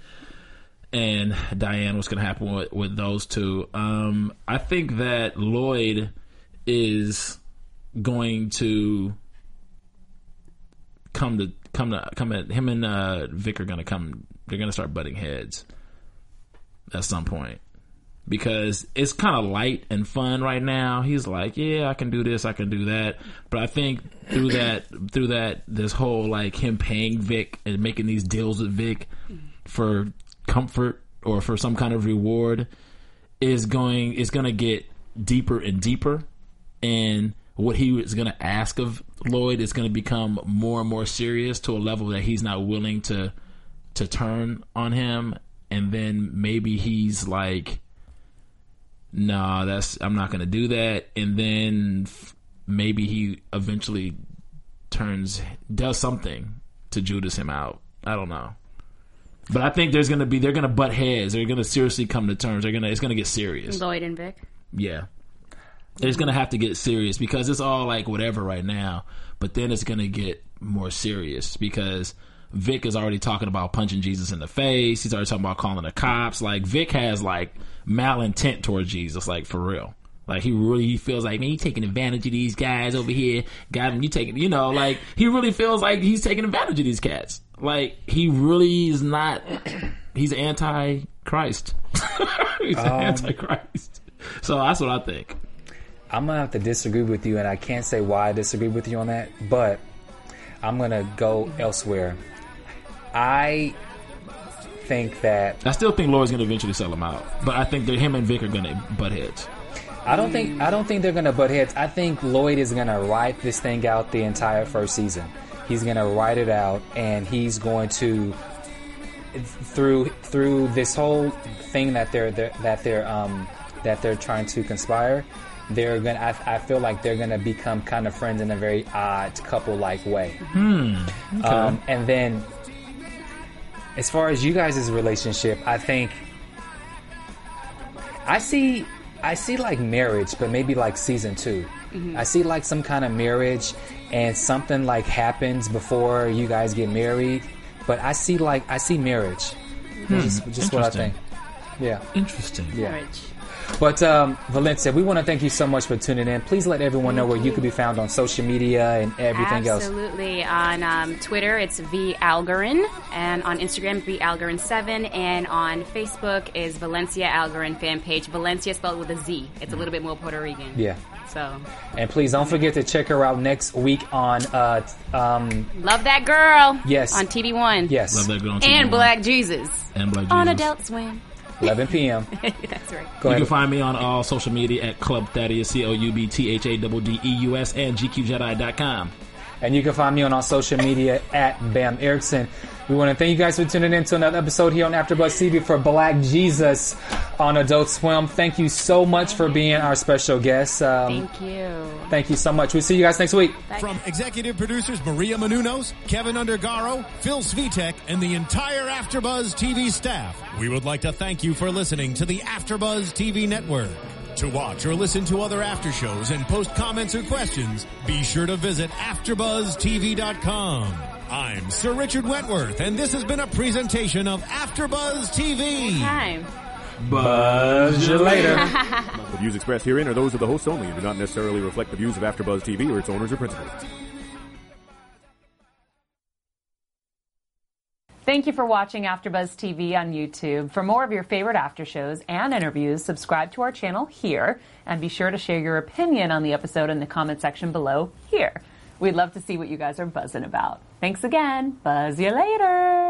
[SPEAKER 3] and Diane, what's going to happen with, with those two. Um, I think that Lloyd is going to come to come to come at him and uh, Vic are going to come. They're going to start butting heads at some point because it's kind of light and fun right now. He's like, "Yeah, I can do this, I can do that," but I think through that through that this whole like him paying Vic and making these deals with Vic for comfort or for some kind of reward is going is going to get deeper and deeper and what he is going to ask of Lloyd is going to become more and more serious to a level that he's not willing to to turn on him and then maybe he's like nah that's i'm not going to do that and then f- maybe he eventually turns does something to judas him out i don't know but i think there's going to be they're going to butt heads they're going to seriously come to terms they're going to it's going to get serious
[SPEAKER 2] Lloyd and Vic.
[SPEAKER 3] yeah. It's going to have to get serious because it's all like whatever right now, but then it's going to get more serious because Vic is already talking about punching Jesus in the face. He's already talking about calling the cops. Like Vic has like malintent towards Jesus, like for real. Like he really he feels like man, you taking advantage of these guys over here. Got him, you taking you know like he really feels like he's taking advantage of these cats. Like he really is not. He's anti Christ. he's anti Christ. So that's what I think.
[SPEAKER 4] I'm gonna have to disagree with you, and I can't say why I disagree with you on that, but I'm gonna go elsewhere. I think that
[SPEAKER 3] I still think Lloyd's going to eventually sell him out, but I think that him and Vic are going to butt heads.
[SPEAKER 4] I don't think I don't think they're gonna butt heads. I think Lloyd is gonna ride this thing out the entire first season. He's gonna ride it out, and he's going to through through this whole thing that they're, they're that they're um that they're trying to conspire. They're gonna. I, I feel like they're gonna become kind of friends in a very odd couple like way. Um, and then, as far as you guys' relationship, I think I see I see like marriage, but maybe like season 2
[SPEAKER 3] Mm-hmm.
[SPEAKER 4] I see like some kind of marriage and something like happens before you guys get married. But I see like I see marriage. Just, just what I
[SPEAKER 3] Hmm. Interesting.
[SPEAKER 4] think. Yeah.
[SPEAKER 3] Interesting.
[SPEAKER 4] Yeah.
[SPEAKER 2] Rich.
[SPEAKER 4] But um, Valencia, we want to thank you so much for tuning in. Please let everyone know where you can be found on social media and everything else.
[SPEAKER 2] Absolutely. On um, Twitter, it's V Algarin, and on Instagram, V Algarin Seven, and on Facebook is Valencia Algarin fan page. Valencia spelled with a Z. It's a little bit more Puerto Rican.
[SPEAKER 4] Yeah.
[SPEAKER 2] So
[SPEAKER 4] And please don't forget to check her out next week on uh, t- um,
[SPEAKER 2] love that girl.
[SPEAKER 4] Yes.
[SPEAKER 2] On TV One.
[SPEAKER 4] yes,
[SPEAKER 3] Love that girl. on TV.
[SPEAKER 2] And Black Jesus
[SPEAKER 3] And Black
[SPEAKER 2] on
[SPEAKER 3] Jesus.
[SPEAKER 2] Adult Swim.
[SPEAKER 4] 11 p.m.
[SPEAKER 2] That's right.
[SPEAKER 4] Go
[SPEAKER 3] You
[SPEAKER 4] ahead.
[SPEAKER 3] can find me on all social media at Club Thaddeus, C O U B T H A D D E U S, and GQJedi.com.
[SPEAKER 4] And you can find me on all social media at Bam Erickson. We want to thank you guys for tuning in to another episode here on AfterBuzz TV for Black Jesus on Adult Swim. Thank you so much for being our special guest. Um,
[SPEAKER 2] Thank you.
[SPEAKER 4] thank you so much. We'll see you guys next week.
[SPEAKER 1] From executive producers Maria Menounos, Kevin Undergaro, Phil Svitek, and the entire AfterBuzz TV staff, we would like to thank you for listening to the AfterBuzz TV network. To watch or listen to other after shows and post comments or questions, be sure to visit AfterBuzzTV.com. I'm Sir Richard Wentworth, and this has been a presentation of AfterBuzz TV.
[SPEAKER 2] Time.
[SPEAKER 3] Buzz you later.
[SPEAKER 5] The views expressed herein are those of the hosts only and do not necessarily reflect the views of AfterBuzz TV or its owners or principals.
[SPEAKER 6] Thank you for watching AfterBuzz TV on YouTube. For more of your favorite after shows and interviews, subscribe to our channel here, and be sure to share your opinion on the episode in the comment section below here. We'd love to see what you guys are buzzing about. Thanks again. Buzz you later.